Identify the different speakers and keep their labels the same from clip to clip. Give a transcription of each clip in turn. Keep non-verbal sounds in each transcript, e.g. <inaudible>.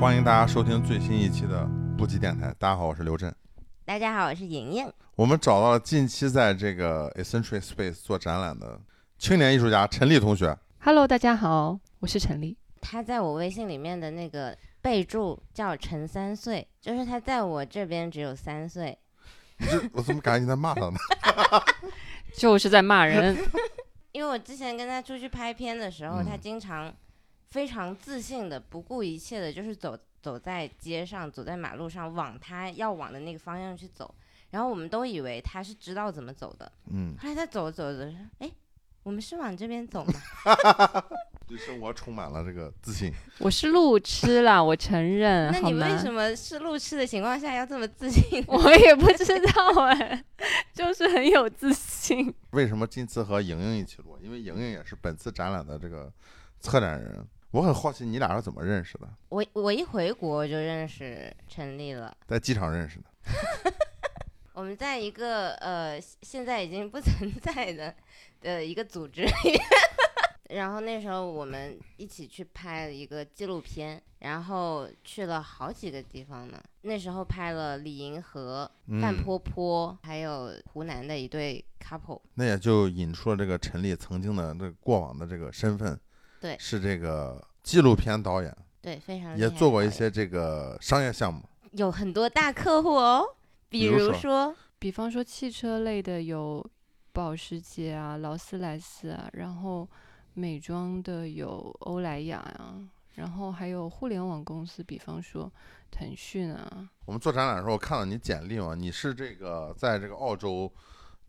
Speaker 1: 欢迎大家收听最新一期的不羁电台。大家好，我是刘震。
Speaker 2: 大家好，我是莹莹。
Speaker 1: 我们找到了近期在这个 Eccentric Space 做展览的青年艺术家陈丽同学。
Speaker 3: Hello，大家好，我是陈丽。
Speaker 2: 他在我微信里面的那个备注叫陈三岁，就是他在我这边只有三岁。
Speaker 1: 你这 <laughs> 我怎么感觉你在骂他呢？ <laughs>
Speaker 3: 就是在骂人， <laughs>
Speaker 2: 因为我之前跟他出去拍片的时候，
Speaker 1: 嗯
Speaker 2: 他经常非常自信的、不顾一切的，就是走走在街上、走在马路上，往他要往的那个方向去走。然后我们都以为他是知道怎么走的，
Speaker 1: 嗯，
Speaker 2: 后来他走着走着说：“哎，我们是往这边
Speaker 3: <laughs>
Speaker 2: 走吗
Speaker 1: 对生活充满了这个自信。
Speaker 3: 我是路痴啦，我承？”认。
Speaker 2: 那
Speaker 3: 嗯好
Speaker 2: 你为
Speaker 3: 吗？
Speaker 2: 什么是路痴的情况下要这么自信
Speaker 3: 我也不知道哎， <laughs> 就是很有自信。
Speaker 1: 为什么这次和莹莹一起录？因为莹莹也是本次展览的这个策展人。我很好奇你俩是怎么认识的？
Speaker 2: 我我一回国就认识陈丽了。
Speaker 1: 在机场认识的？
Speaker 2: 我们在一个呃现现在已经不存在的的一个组织里面， <laughs> 然后那时候我们一起去拍了一个纪录片，然后去了好几个地方呢。那时候拍了李银河、范
Speaker 1: 嗯，
Speaker 2: 坡坡，还有湖南的一对 couple。
Speaker 1: 那也就引出了这个陈丽曾经的这个过往的这个身份，
Speaker 2: 对
Speaker 1: 是这个纪录片导演，
Speaker 2: 对，非常厉害
Speaker 1: 也做过一
Speaker 2: 的导
Speaker 1: 些
Speaker 2: 演，
Speaker 1: 这个商业项目。
Speaker 2: 有很多大客户哦，比
Speaker 1: 比如
Speaker 2: 如
Speaker 1: 说
Speaker 2: 说
Speaker 3: 比方说汽车类的有保时捷啊、劳斯莱斯啊，然后美妆的有欧莱雅啊，然后还有互联网公司，比方说腾讯啊。
Speaker 1: 我们做展览的时候，我看到你简历嘛，你是这个在这个澳洲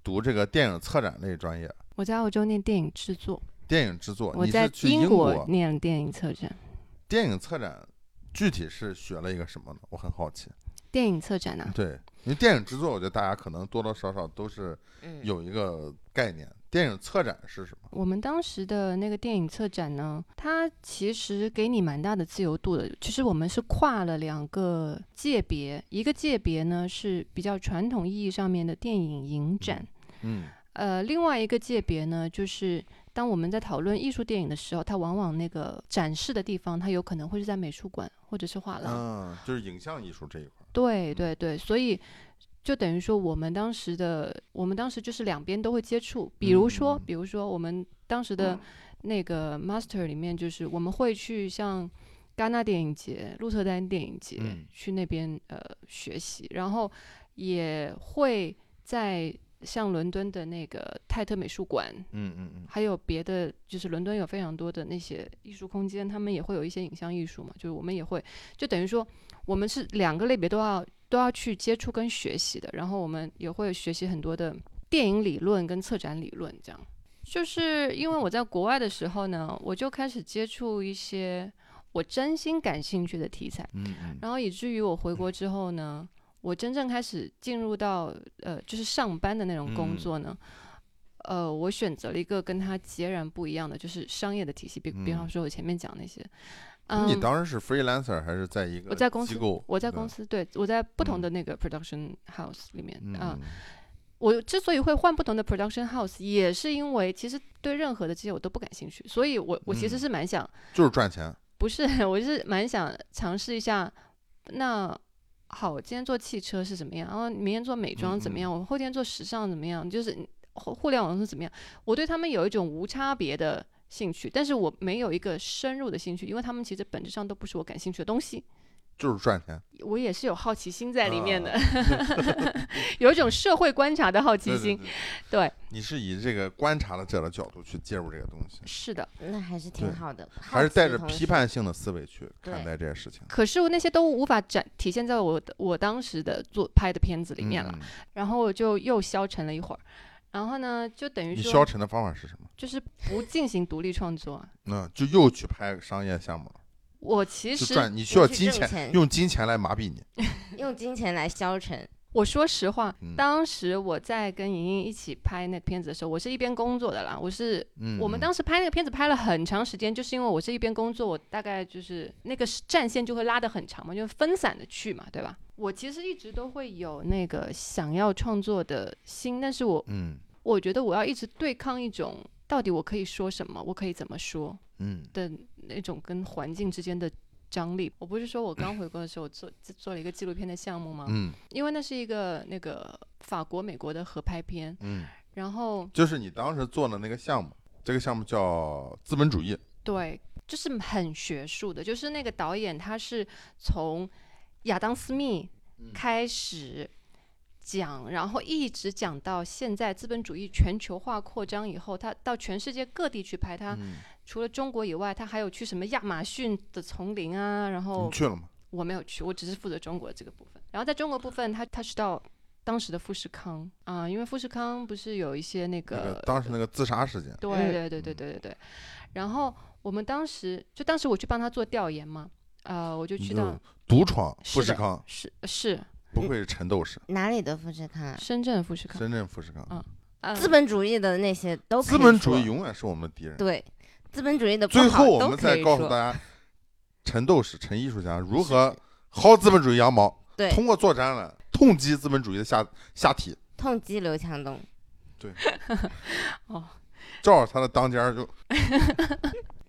Speaker 1: 读这个电影策展类专业，
Speaker 3: 我在澳洲念电影制作，
Speaker 1: 电影制作。
Speaker 3: 我
Speaker 1: 哦你
Speaker 3: 在
Speaker 1: 是去英啊
Speaker 3: 国念电影策展。
Speaker 1: 电影策展具体是学了一个什么呢？我很好奇。
Speaker 3: 电影策展啊，
Speaker 1: 对，因为电影制作，我觉得大家可能多多少少都是
Speaker 2: 嗯，
Speaker 1: 有一个概念。电影策展是什么？
Speaker 3: 我们当时的那个电影策展呢，它其实给你蛮大的自由度的。其实我们是跨了两个界别，一个界别呢是比较传统意义上面的电影影展，
Speaker 1: 嗯
Speaker 3: 呃，另外一个界别呢就是。当我们在讨论艺术电影的时候，它往往那个展示的地方，它有可能会是在美术馆或者是画廊。
Speaker 1: 嗯，就是影像艺术这一块。
Speaker 3: 对对对，所以就等于说，我们当时的我们当时就是两边都会接触。比如说，
Speaker 1: 嗯
Speaker 3: 比如说我们当时的那个 master 里面，就是我们会去像戛纳电影节、鹿特丹电影节、
Speaker 1: 嗯
Speaker 3: 去那边呃学习，然后也会在像伦敦的那个泰特美术馆。
Speaker 1: 嗯嗯嗯。
Speaker 3: 还有别的，就是伦敦有非常多的那些艺术空间，他们也会有一些影像艺术嘛，就是我们也会，就等于说我们是两个类别都要都要去接触跟学习的，然后我们也会学习很多的电影理论跟策展理论这样。就是因为我在国外的时候呢，我就开始接触一些我真心感兴趣的题材，
Speaker 1: 嗯嗯，
Speaker 3: 然后以至于我回国之后呢，我真正开始进入到呃，就是上班的那种
Speaker 1: 嗯
Speaker 3: 工作呢，呃，我选择了一个跟它截然不一样的，就是商业的体系，比比方
Speaker 1: 嗯
Speaker 3: 说我前面讲那些，
Speaker 1: 那
Speaker 3: 嗯，
Speaker 1: 你当时是 freelancer 还是在一个
Speaker 3: 我在公司
Speaker 1: 机构？嗯
Speaker 3: 我在公
Speaker 1: 司。
Speaker 3: 司，对我在不同
Speaker 1: 嗯
Speaker 3: 的那个 production house 里面
Speaker 1: 嗯
Speaker 3: 啊、我之所以会换不同的 production house，也是因为其实对任何的这些我都不感兴趣，所以我我其实
Speaker 1: 嗯
Speaker 3: 是蛮想
Speaker 1: 就是赚钱。
Speaker 3: 不是， <laughs> 我是蛮想尝试一下。那好，今天做汽车是怎么样？然后明天做
Speaker 1: 嗯
Speaker 3: 美妆怎么样？我后天做时尚怎么样？就是互互联网是怎么样？我对他们有一种无差别的兴趣，但是我没有一个深入的兴趣，因为他们其实本质上都不是我感兴趣的东西。
Speaker 1: 就是赚钱，
Speaker 3: 我也是有好奇心在里面的， <laughs> 有一种社会观察的好奇
Speaker 1: 啊对
Speaker 3: 心。
Speaker 1: 对对
Speaker 3: 对，
Speaker 1: 你是以这个观察的者的角度去介入这个东西，
Speaker 3: 是的。
Speaker 2: 那还是挺
Speaker 1: 对
Speaker 2: 好的，
Speaker 1: 还是
Speaker 2: 好奇
Speaker 1: 带着
Speaker 2: 同
Speaker 1: 批
Speaker 2: 时
Speaker 1: 判性的思维去
Speaker 2: 对
Speaker 1: 看待这些事情
Speaker 3: 可是我那些都无法展体现在我的我当时的做拍的片子里面了。
Speaker 1: 嗯嗯
Speaker 3: 然后我就又消沉了一会儿，然后呢，就等于
Speaker 1: 你消
Speaker 3: 说
Speaker 1: 沉的方法是什么？
Speaker 3: 就是不进行独立创作啊。
Speaker 1: 嗯，就又去拍商业项目了，
Speaker 3: 我其
Speaker 1: 就
Speaker 3: 实
Speaker 1: 赚，你需
Speaker 2: 又
Speaker 1: 要
Speaker 2: 去
Speaker 1: 金
Speaker 2: 挣
Speaker 1: 钱，
Speaker 2: 钱
Speaker 1: 用金钱来麻痹你。
Speaker 2: 用金钱来消沉。
Speaker 3: 我说实话
Speaker 1: 嗯，
Speaker 3: 当时我在跟莹莹一起拍那个片子的时候，我是一边工作的啦。我是
Speaker 1: 嗯，
Speaker 3: 我们当时拍那个片子拍了很长时间，就是因为我是一边工作，我大概就是那个时战线就会拉得很长嘛，就是分散的去嘛，对吧？我其实一直都会有那个想要创作的心，但是我
Speaker 1: 嗯
Speaker 3: 我觉得我要一直对抗一种到底我可以说什么，我可以怎么说，
Speaker 1: 嗯
Speaker 3: 的那种跟环境之间的张力。我不是说
Speaker 1: <laughs>
Speaker 3: 我刚回国的时候，我做做了一个纪录片的项目吗？
Speaker 1: 嗯
Speaker 3: 因为那是一个那个法国、美国的合拍片，
Speaker 1: 嗯，
Speaker 3: 然后
Speaker 1: 就是你当时做的那个项目，这个项目叫资本主义，
Speaker 3: 对，就是很学术的，就是那个导演他是从亚当斯密
Speaker 1: 嗯
Speaker 3: 开始讲，然后一直讲到现在资本主义全球化扩张以后，他到全世界各地去拍，他
Speaker 1: 嗯，
Speaker 3: 除了中国以外，他还有去什么亚马逊的丛林啊，然后
Speaker 1: 你去了吗？
Speaker 3: 我没有去，我只是负责中国这个部分。然后在中国部分，他他是到当时的富士康啊、因为富士康不是有一些那
Speaker 1: 那
Speaker 3: 个
Speaker 1: 个当时那个哎嗯自杀事件，
Speaker 3: 对对对对对对对。然后我们当时就当时我去帮他做调研嘛，呃，我就
Speaker 1: 你
Speaker 3: 去
Speaker 1: 就
Speaker 3: 到
Speaker 1: 独闯
Speaker 3: 是
Speaker 1: 富士
Speaker 3: 的嗯
Speaker 1: 康，
Speaker 3: 是是
Speaker 1: 不愧是陈斗士，
Speaker 2: 哪里的富士康啊？
Speaker 3: 深圳的富士康，
Speaker 1: 深圳富士康，
Speaker 3: 嗯呃
Speaker 2: 资本主义的那些都可
Speaker 1: 资
Speaker 2: 以
Speaker 1: 本主义
Speaker 2: 说
Speaker 1: 永远是我们的敌人。
Speaker 2: 对资本主义的不
Speaker 1: 最
Speaker 2: 好
Speaker 1: 后我
Speaker 2: 都
Speaker 1: 们
Speaker 2: 可
Speaker 1: 再
Speaker 2: 以
Speaker 1: 告诉
Speaker 2: 说
Speaker 1: 大家，陈斗士、陈艺术家如
Speaker 2: 是
Speaker 1: 何薅资本主义羊毛，
Speaker 2: 对
Speaker 1: 通过做展览痛击资本主义的下下体，
Speaker 2: 痛击刘强东。
Speaker 1: 照着他的当尖儿
Speaker 2: <laughs>
Speaker 1: 就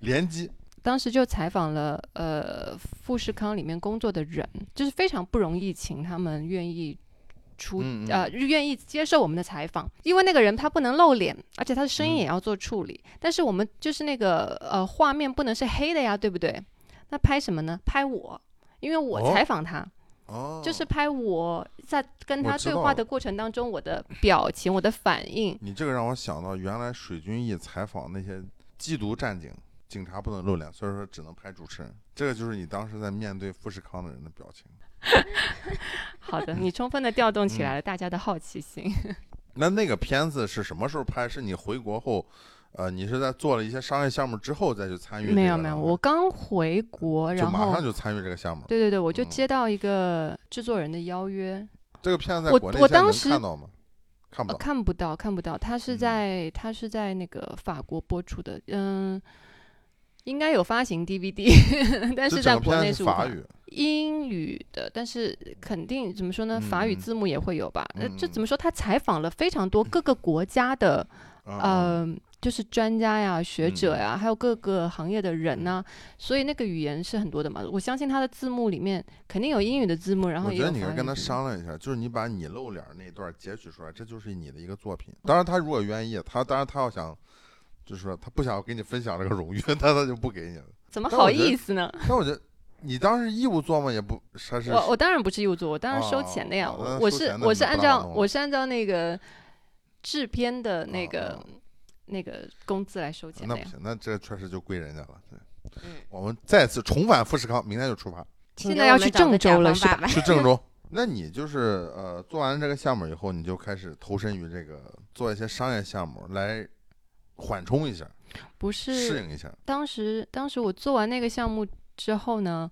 Speaker 1: 连击。
Speaker 3: 当时就采访了呃富士康里面工作的人，就是非常不容易，请他们愿意出、
Speaker 1: 嗯嗯
Speaker 3: 呃愿意接受我们的采访，因为那个人他不能露脸，而且他的声
Speaker 1: 嗯
Speaker 3: 音也要做处理。但是我们就是那个呃画面不能是黑的呀，对不对？那拍什么呢？拍我，因为
Speaker 1: 哦
Speaker 3: 我采访他，
Speaker 1: 哦
Speaker 3: 就是拍我在跟
Speaker 1: 我
Speaker 3: 他
Speaker 1: 知
Speaker 3: 对
Speaker 1: 道
Speaker 3: 话
Speaker 1: 了
Speaker 3: 的过程当中我的表情、我的反应。
Speaker 1: 你这个让我想到原来水军一采访那些缉毒战警，警察不能露脸，所以说只能拍主持人。这个就是你当时在面对富士康的人的表情。
Speaker 3: 好
Speaker 1: <laughs>
Speaker 3: 的，你充分的调动
Speaker 1: 嗯
Speaker 3: 起来了大家的好奇心。
Speaker 1: 那那个片子是什么时候拍？是你回国后，呃，你是在做了一些商业项目之后再去参与这个的吗？
Speaker 3: 没有没有，我刚回国，
Speaker 1: 就
Speaker 3: 然
Speaker 1: 马
Speaker 3: 后
Speaker 1: 上就参与这个项目。
Speaker 3: 对对对，我就
Speaker 1: 嗯
Speaker 3: 接到一个制作人的邀约，
Speaker 1: 这个片子在
Speaker 3: 我
Speaker 1: 国内
Speaker 3: 我
Speaker 1: 现在
Speaker 3: 当
Speaker 1: 能
Speaker 3: 时
Speaker 1: 看到吗？看不
Speaker 3: 呃
Speaker 1: 到。
Speaker 3: 看不到看不到，他是
Speaker 1: 嗯
Speaker 3: 在、他是在那个法国播出的，嗯，应该有发行 DVD，但 <laughs>
Speaker 1: 这整
Speaker 3: 是在
Speaker 1: 个
Speaker 3: 国
Speaker 1: 片
Speaker 3: 内
Speaker 1: 子
Speaker 3: 是
Speaker 1: 是
Speaker 3: 无
Speaker 1: 法
Speaker 3: 法
Speaker 1: 语，
Speaker 3: 英语的，但是肯定怎么说呢，法语
Speaker 1: 嗯嗯
Speaker 3: 字幕也会有吧？呃，这
Speaker 1: 嗯嗯
Speaker 3: 怎么说？他采访了非常多各个国家的
Speaker 1: 啊，
Speaker 3: 呃，就是专家呀、学者
Speaker 1: 嗯
Speaker 3: 呀，还有各个行业的人呐、所以那个语言是很多的嘛。我相信他的字幕里面肯定有英语的字幕，然后
Speaker 1: 我
Speaker 3: 也
Speaker 1: 觉
Speaker 3: 有
Speaker 1: 得你
Speaker 3: 法
Speaker 1: 该
Speaker 3: 语
Speaker 1: 跟
Speaker 3: 的
Speaker 1: 他
Speaker 3: 字幕
Speaker 1: 商量一下，就是你把你露脸儿那段截取出来，这就是你的一个作品。当然，他如果愿意，他当然他要想，就是说他不想给你分享这个荣誉， <laughs> 他他就不给你了。
Speaker 3: 怎么
Speaker 1: 但我
Speaker 3: 好
Speaker 1: 觉得
Speaker 3: 意思呢？
Speaker 1: 但我觉得你当时义务做吗？也不，还是
Speaker 3: 我我当然不是义务做，我当然收钱的呀。
Speaker 1: 哦哦
Speaker 3: 我
Speaker 1: 那收
Speaker 3: 我是
Speaker 1: 钱的
Speaker 3: 我
Speaker 1: 你
Speaker 3: 是
Speaker 1: 不
Speaker 3: 按
Speaker 1: 让我
Speaker 3: 照
Speaker 1: 弄
Speaker 3: 我是按照那个制片的那个、
Speaker 1: 哦
Speaker 3: 那个工资来收钱
Speaker 1: 那
Speaker 3: 的
Speaker 1: 不
Speaker 3: 呀。
Speaker 1: 行，那这确实就归人家了。对
Speaker 2: 嗯，
Speaker 1: 我们再次重返富士康，明天就出发。
Speaker 2: 请
Speaker 3: 现
Speaker 2: 给
Speaker 3: 在
Speaker 2: 我
Speaker 3: 要
Speaker 2: 们
Speaker 3: 去
Speaker 2: 找个
Speaker 3: 郑
Speaker 2: 甲
Speaker 3: 州了
Speaker 2: 方
Speaker 3: 是
Speaker 2: 爸
Speaker 3: 吧
Speaker 2: 爸 <laughs>
Speaker 1: 去郑州。那你就是呃，做完这个项目以后，你就开始投身于这个做一些商业项目来缓冲一下，
Speaker 3: 不
Speaker 1: 适
Speaker 3: 是
Speaker 1: 应一下。
Speaker 3: 当时当时我做完那个项目之后呢，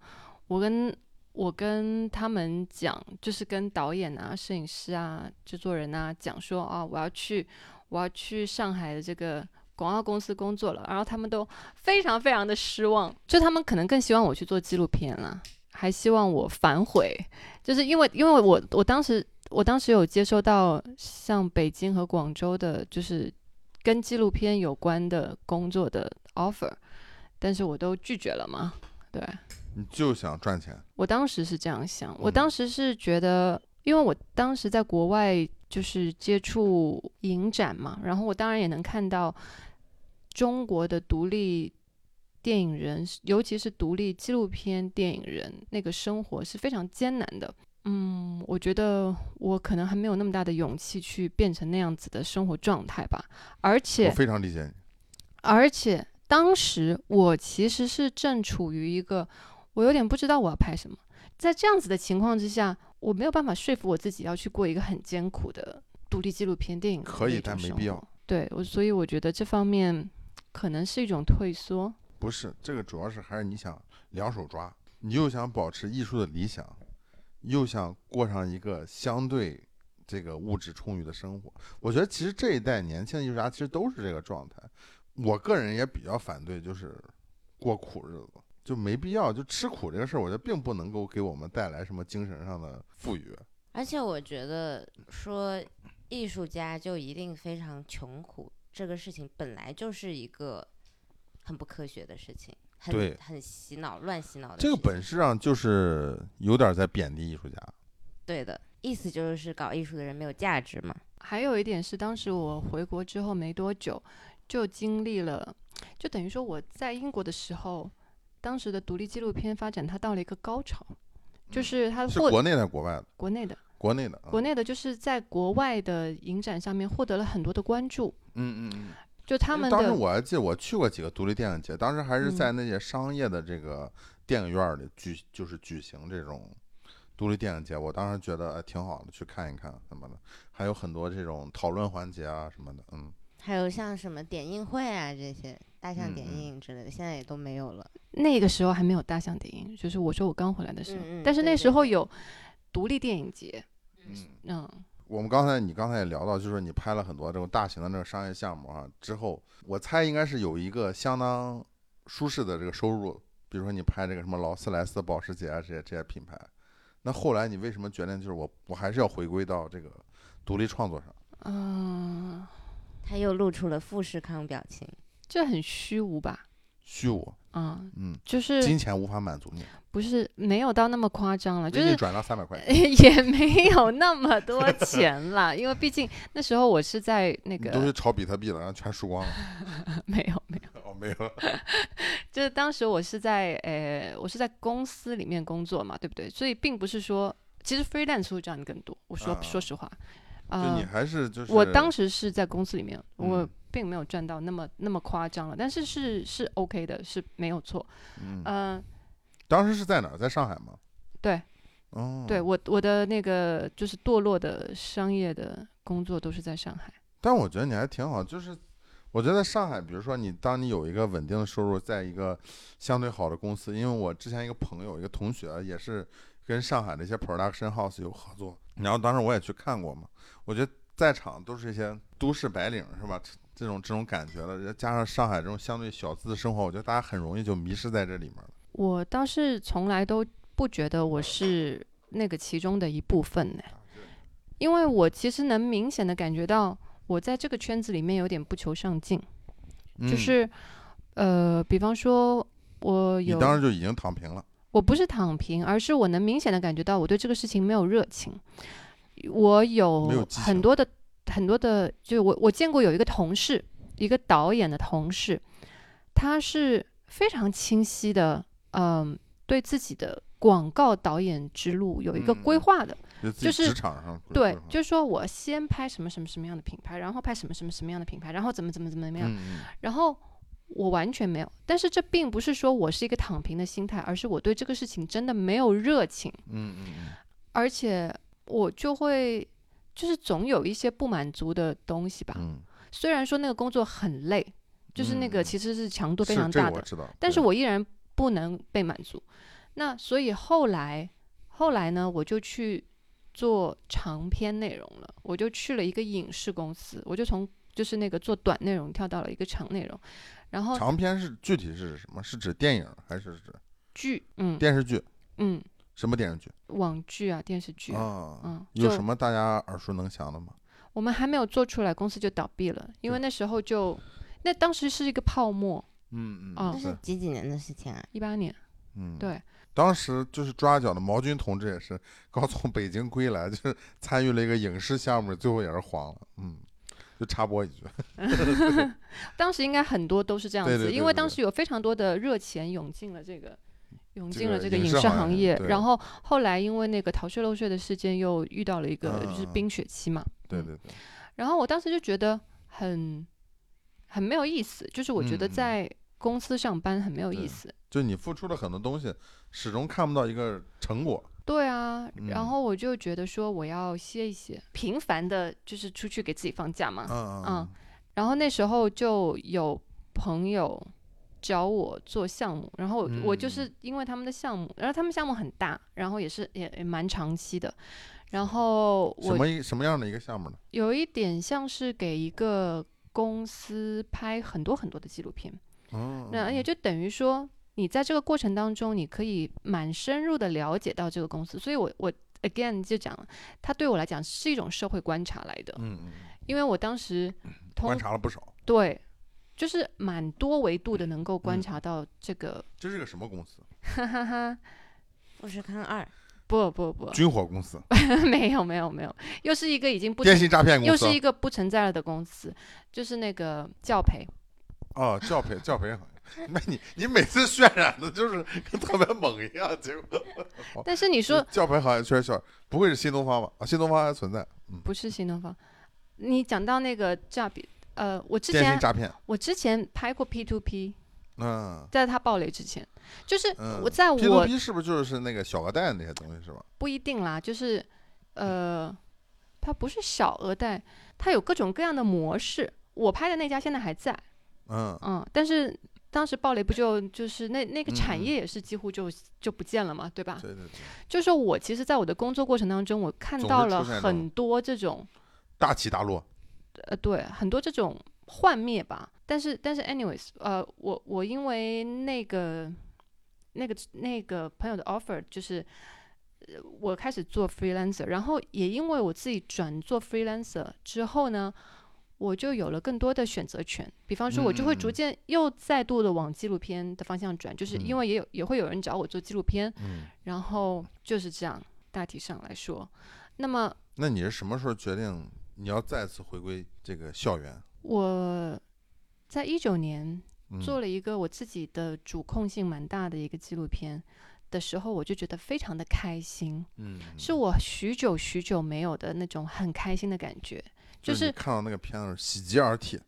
Speaker 3: 我跟我跟他们讲，就是跟导演啊、摄影师啊、制作人啊讲说啊，我要去我要去上海的这个广告公司工作了，然后他们都非常非常的失望，就他们可能更希望我去做纪录片了，还希望我反悔，就是因为因为我我当时我当时有接收到像北京和广州的，就是跟纪录片有关的工作的 offer，但是我都拒绝了嘛，对。
Speaker 1: 你就想赚钱，
Speaker 3: 我当时是这样想，我
Speaker 1: 嗯
Speaker 3: 当时是觉得，因为我当时在国外就是接触影展嘛，然后我当然也能看到中国的独立电影人，尤其是独立纪录片电影人，那个生活是非常艰难的。嗯，我觉得我可能还没有那么大的勇气去变成那样子的生活状态吧，而且
Speaker 1: 我非常理解你。
Speaker 3: 而且当时我其实是正处于一个我有点不知道我要拍什么，在这样子的情况之下，我没有办法说服我自己要去过一个很艰苦的独立纪录片电影的
Speaker 1: 可以
Speaker 3: 那种
Speaker 1: 但没
Speaker 3: 生
Speaker 1: 必
Speaker 3: 活
Speaker 1: 要。
Speaker 3: 对我，所以我觉得这方面可能是一种退缩。
Speaker 1: 不是这个，主要是还是你想两手抓，你又想保持艺术的理想，又想过上一个相对这个物质充裕的生活。我觉得其实这一代年轻的艺术家其实都是这个状态。我个人也比较反对，就是过苦日子，就没必要。就吃苦这个事儿，我觉得并不能够给我们带来什么精神上的富裕。
Speaker 2: 而且我觉得说艺术家就一定非常穷苦，这个事情本来就是一个很不科学的事情。很
Speaker 1: 对
Speaker 2: 很洗脑、乱洗脑的事
Speaker 1: 这
Speaker 2: 情。
Speaker 1: 个本质上就是有点在贬低艺术家。
Speaker 2: 对的意思就是搞艺术的人没有价值嘛。
Speaker 3: 还有一点是，当时我回国之后没多久，就经历了，就等于说我在英国的时候，当时的独立纪录片发展它到了一个高潮，就是它
Speaker 1: 嗯是
Speaker 3: 获
Speaker 1: 国内的，国外的，
Speaker 3: 国内的
Speaker 1: 国内的，嗯
Speaker 3: 呃国内的就是在国外的影展上面获得了很多的关注，
Speaker 1: 嗯嗯嗯，
Speaker 3: 就他们
Speaker 1: 当时
Speaker 3: 的
Speaker 1: 我还记得我去过几个独立电影节，当时还是
Speaker 3: 嗯
Speaker 1: 在那些商业的这个电影院里举，就是举行这种独立电影节。我当时觉得哎挺好的，去看一看什么的，还有很多这种讨论环节啊什么的。嗯，
Speaker 2: 还有像什么点映会啊这些大象点
Speaker 1: 嗯嗯
Speaker 2: 映之类的，现在也都没有了。
Speaker 3: 那个时候还没有大象电影，就是我说我刚回来的时候，
Speaker 2: 嗯嗯
Speaker 3: 但是
Speaker 2: 对
Speaker 3: 那
Speaker 2: 对
Speaker 3: 时候
Speaker 2: 对
Speaker 3: 有独立电影节，
Speaker 1: 嗯
Speaker 3: 嗯，
Speaker 1: 我们刚才你刚才也聊到，就是你拍了很多这种大型的这种商业项目啊，之后我猜应该是有一个相当舒适的这个收入，比如说你拍这个什么劳斯莱斯、保时捷啊这些这些品牌。那后来你为什么决定就是我我还是要回归到这个独立创作上？
Speaker 3: 嗯，
Speaker 2: 他又露出了富士康表情。
Speaker 3: 这很虚无吧？
Speaker 1: 虚无，
Speaker 3: 啊、
Speaker 1: 嗯，
Speaker 3: 就是
Speaker 1: 金钱无法满足你，
Speaker 3: 不是没有到那么夸张啊了，就
Speaker 1: 给你
Speaker 3: 是
Speaker 1: 转到三百块
Speaker 3: <laughs>
Speaker 1: 钱，
Speaker 3: 也没有那么多钱啦，因为毕竟那时候我是在那
Speaker 1: 你都去
Speaker 3: 个
Speaker 1: 炒比特币了，然后全输光了。 <laughs>
Speaker 3: 没有没有，
Speaker 1: 哦，没有了，
Speaker 3: 就是当时我是在呃我是在公司里面工作嘛，对不对？所以并不是说其实 freelance 会赚的更多，我说、
Speaker 1: 啊
Speaker 3: 说实话，
Speaker 1: 就
Speaker 3: 啊、
Speaker 1: 你还是就是
Speaker 3: 我当时是在公司里面，我
Speaker 1: 嗯
Speaker 3: 并没有赚到那么那么夸张了，但是是是 OK 的，是没有错，
Speaker 1: 嗯，
Speaker 3: 嗯、
Speaker 1: 当时是在哪儿？在上海吗？
Speaker 3: 对，
Speaker 1: 哦，
Speaker 3: 呃对，我我的那个就是堕落的商业的工作都是在上海。
Speaker 1: 但我觉得你还挺好，就是我觉得在上海，比如说你当你有一个稳定的收入，在一个相对好的公司，因为我之前一个朋友，一个同学也是跟上海的一些 production house 有合作，然后当时我也去看过嘛，我觉得在场都是一些都市白领是吧？这种这种感觉的，加上上海这种相对小资的生活，我觉得大家很容易就迷失在这里面了。
Speaker 3: 我倒是从来都不觉得我是那个其中的一部分呢，因为我其实能明显的感觉到，我在这个圈子里面有点不求上进，
Speaker 1: 嗯
Speaker 3: 就是呃，比方说我
Speaker 1: 你
Speaker 3: 有
Speaker 1: 当时就已经躺平了，
Speaker 3: 我不是躺平，而是我能明显的感觉到我对这个事情没有热情，我
Speaker 1: 没有
Speaker 3: 有
Speaker 1: 激情
Speaker 3: 很多的很多的，就我我见过有一个同事，一个导演的同事，他是非常清晰的，嗯、对自己的广告导演之路有一个
Speaker 1: 嗯
Speaker 3: 规划的，
Speaker 1: 就自
Speaker 3: 就
Speaker 1: 己
Speaker 3: 是
Speaker 1: 职场上规
Speaker 3: 对
Speaker 1: 划，
Speaker 3: 就是说我先拍什么什么什么样的品牌，然后拍什么什么什么样的品牌，然后怎么怎么怎么怎么样，
Speaker 1: 嗯
Speaker 3: 然后我完全没有，但是这并不是说我是一个躺平的心态，而是我对这个事情真的没有热情，
Speaker 1: 嗯嗯嗯
Speaker 3: 而且我就会就是总有一些不满足的东西吧。
Speaker 1: 嗯
Speaker 3: 虽然说那个工作很累，就是那
Speaker 1: 嗯
Speaker 3: 个
Speaker 1: 嗯
Speaker 3: 其实是强度
Speaker 1: 嗯，
Speaker 3: 非
Speaker 1: 是
Speaker 3: 常
Speaker 1: 这
Speaker 3: 大
Speaker 1: 个
Speaker 3: 的，
Speaker 1: 我知道，
Speaker 3: 但是
Speaker 1: 对
Speaker 3: 我依然不能被满足。那所以后来，后来呢，我就去做长篇内容了，我就去了一个影视公司，我就从就是那个做短内容跳到了一个长内容，然后
Speaker 1: 长篇是具体是什么？是指电影还是指
Speaker 3: 剧，嗯
Speaker 1: 电视剧？
Speaker 3: 嗯，
Speaker 1: 什么电视剧
Speaker 3: 网剧啊，电视剧啊，
Speaker 1: 啊？
Speaker 3: 嗯，
Speaker 1: 有
Speaker 3: 就
Speaker 1: 什么大家耳熟能详的吗？
Speaker 3: 我们还没有做出来，公司就倒闭了，因为那时候就那当时是一个泡沫，
Speaker 1: 嗯
Speaker 3: 哦
Speaker 2: 那是几几年的事情啊？
Speaker 3: 一八年，
Speaker 1: 嗯，
Speaker 3: 对。
Speaker 1: 当时就是抓脚的毛军同志也是刚从北京归来，就是参与了一个影视项目，最后也是黄了。嗯，就插播一句，
Speaker 3: 当时应该很多都是这样子，
Speaker 1: 对对对
Speaker 3: 因为
Speaker 1: 对
Speaker 3: 当
Speaker 1: 对
Speaker 3: 时有非常多的热钱涌进了这个。涌
Speaker 1: 这
Speaker 3: 进了
Speaker 1: 个
Speaker 3: 这个
Speaker 1: 影
Speaker 3: 影
Speaker 1: 视
Speaker 3: 视
Speaker 1: 行
Speaker 3: 行
Speaker 1: 业
Speaker 3: 业，
Speaker 1: 对
Speaker 3: 然后后来因为那个逃税漏税的事件，又遇到了一个就是
Speaker 1: 嗯嗯嗯
Speaker 3: 冰雪期嘛。
Speaker 1: 对对对，
Speaker 3: 然后我当时就觉得很很没有意思，就是我觉得
Speaker 1: 嗯嗯
Speaker 3: 在公司上班很没有
Speaker 1: 对
Speaker 3: 意思。
Speaker 1: 就你付出了很多东西，始终看不到一个成果。
Speaker 3: 对啊，
Speaker 1: 嗯
Speaker 3: 然后我就觉得说我要歇一歇，频繁的就是出去给自己放假嘛。
Speaker 1: 嗯
Speaker 3: 嗯然后那时候就有朋友找我做项目，然后我,、我就
Speaker 1: 嗯
Speaker 3: 是因为他们的项目，然后他们项目很大，然后也是也也蛮长期的，然后
Speaker 1: 什
Speaker 3: 我
Speaker 1: 么一什么样的一个项目呢？
Speaker 3: 有一点像是给一个公司拍很多很多的纪录片，
Speaker 1: 嗯，
Speaker 3: 那也就等于说你在这个过程当中，你可以蛮深入的了解到这个公司，所以我我 again 就讲了，它对我来讲是一种社会观察来的，
Speaker 1: 嗯嗯，
Speaker 3: 因为我当时
Speaker 1: 观
Speaker 3: 通
Speaker 1: 察了不少。
Speaker 3: 对，就是蛮多维度的
Speaker 1: 嗯
Speaker 3: 能够观察到这个，
Speaker 1: 这是个什么公司？
Speaker 3: 哈哈哈，
Speaker 2: 富士康二，
Speaker 3: 不不不，
Speaker 1: 军火公司、
Speaker 3: <laughs> 没有没有没有，又是一个已经不
Speaker 1: 电信诈骗公
Speaker 3: 又
Speaker 1: 司
Speaker 3: 是。一个不存在了的公司，就是那个教培，
Speaker 1: 哦，教培教培好像。那你你每次渲染的就是跟特别猛一样，结果
Speaker 3: 但是你说
Speaker 1: 教培好像确实小，不会是新东方吧？啊，新东方还存在，嗯，
Speaker 3: 不是新东方，你讲到那个诈骗，呃，我之
Speaker 1: 电信
Speaker 3: 前
Speaker 1: 诈骗，
Speaker 3: 我之前拍过 P to P，
Speaker 1: 嗯
Speaker 3: 在它爆雷之前，就是
Speaker 1: 嗯
Speaker 3: 我在
Speaker 1: ，P to
Speaker 3: 我
Speaker 1: P 是不是就是那个小额贷那些东西是吧？
Speaker 3: 不一定啦，就是呃，它不是小额贷，它有各种各样的模式。我拍的那家现在还在，
Speaker 1: 嗯，
Speaker 3: 嗯，但是当时暴雷不就就是那那个产
Speaker 1: 嗯
Speaker 3: 业也是几乎就、就不见了嘛，对吧？
Speaker 1: 对对对，
Speaker 3: 就是说我其实，在我的工作过程当中，我看
Speaker 1: 总
Speaker 3: 到
Speaker 1: 会出
Speaker 3: 了
Speaker 1: 现这
Speaker 3: 很多这种
Speaker 1: 大起大落，嗯
Speaker 3: 呃，对，很多这种幻灭吧。但是但是，anyways，呃，我我因为那个那个那个朋友的 offer，就是呃我开始做 freelancer，然后也因为我自己转做 freelancer 之后呢。我就有了更多的选择权，比方说，我就会
Speaker 1: 嗯嗯
Speaker 3: 逐
Speaker 1: 嗯
Speaker 3: 渐又再度的往纪录片的方向转，就是
Speaker 1: 嗯
Speaker 3: 因为也有也会有人找我做纪录片，
Speaker 1: 嗯。
Speaker 3: 然后就是这样，大体上来说。那么
Speaker 1: 那你是什么时候决定你要再次回归这个校园？
Speaker 3: 我在一九年
Speaker 1: 嗯、
Speaker 3: 做了一个我自己的主控性蛮大的一个纪录片的时候，我就觉得非常的开心，
Speaker 1: 嗯，
Speaker 3: 是我许久许久没有的那种很开心的感觉，就
Speaker 1: 就是你
Speaker 3: 是
Speaker 1: 看到那个片子喜极而泣，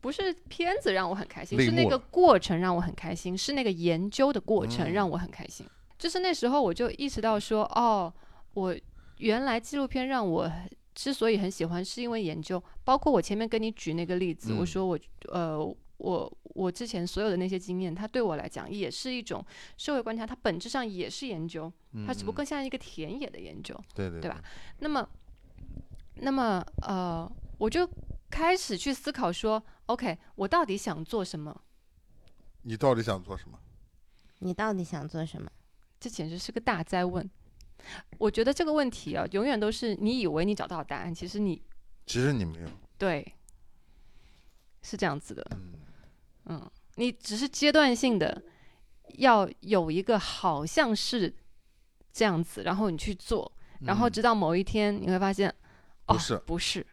Speaker 3: 不是片子让我很开心，
Speaker 1: 泪
Speaker 3: 是那
Speaker 1: 目
Speaker 3: 个
Speaker 1: 了嗯
Speaker 3: 过程让我很开心，是那个研究的过程让我很开心。就是那时候我就意识到说，哦，我原来纪录片让我之所以很喜欢，是因为研究。包括我前面跟你举那个例子，我
Speaker 1: 嗯
Speaker 3: 说我呃。我我之前所有的那些经验，它对我来讲也是一种社会观察，它本质上也是研究，它只不过
Speaker 1: 嗯
Speaker 3: 更像一个田野的研究。
Speaker 1: 嗯对对
Speaker 3: 对吧？那么，那么呃，我就开始去思考说，OK，我到底想做什么？
Speaker 1: 你到底想做什么？
Speaker 2: 你到底想做什么？
Speaker 3: 这简直是个大灾问。我觉得这个问题啊，永远都是你以为你找到了答案，其实你
Speaker 1: 其实你没有，
Speaker 3: 对是这样子的，
Speaker 1: 嗯，
Speaker 3: 嗯，你只是阶段性的要有一个好像是这样子，然后你去做，然后
Speaker 1: 嗯
Speaker 3: 直到某一天你会发现，
Speaker 1: 不
Speaker 3: 哦
Speaker 1: 是
Speaker 3: 不是，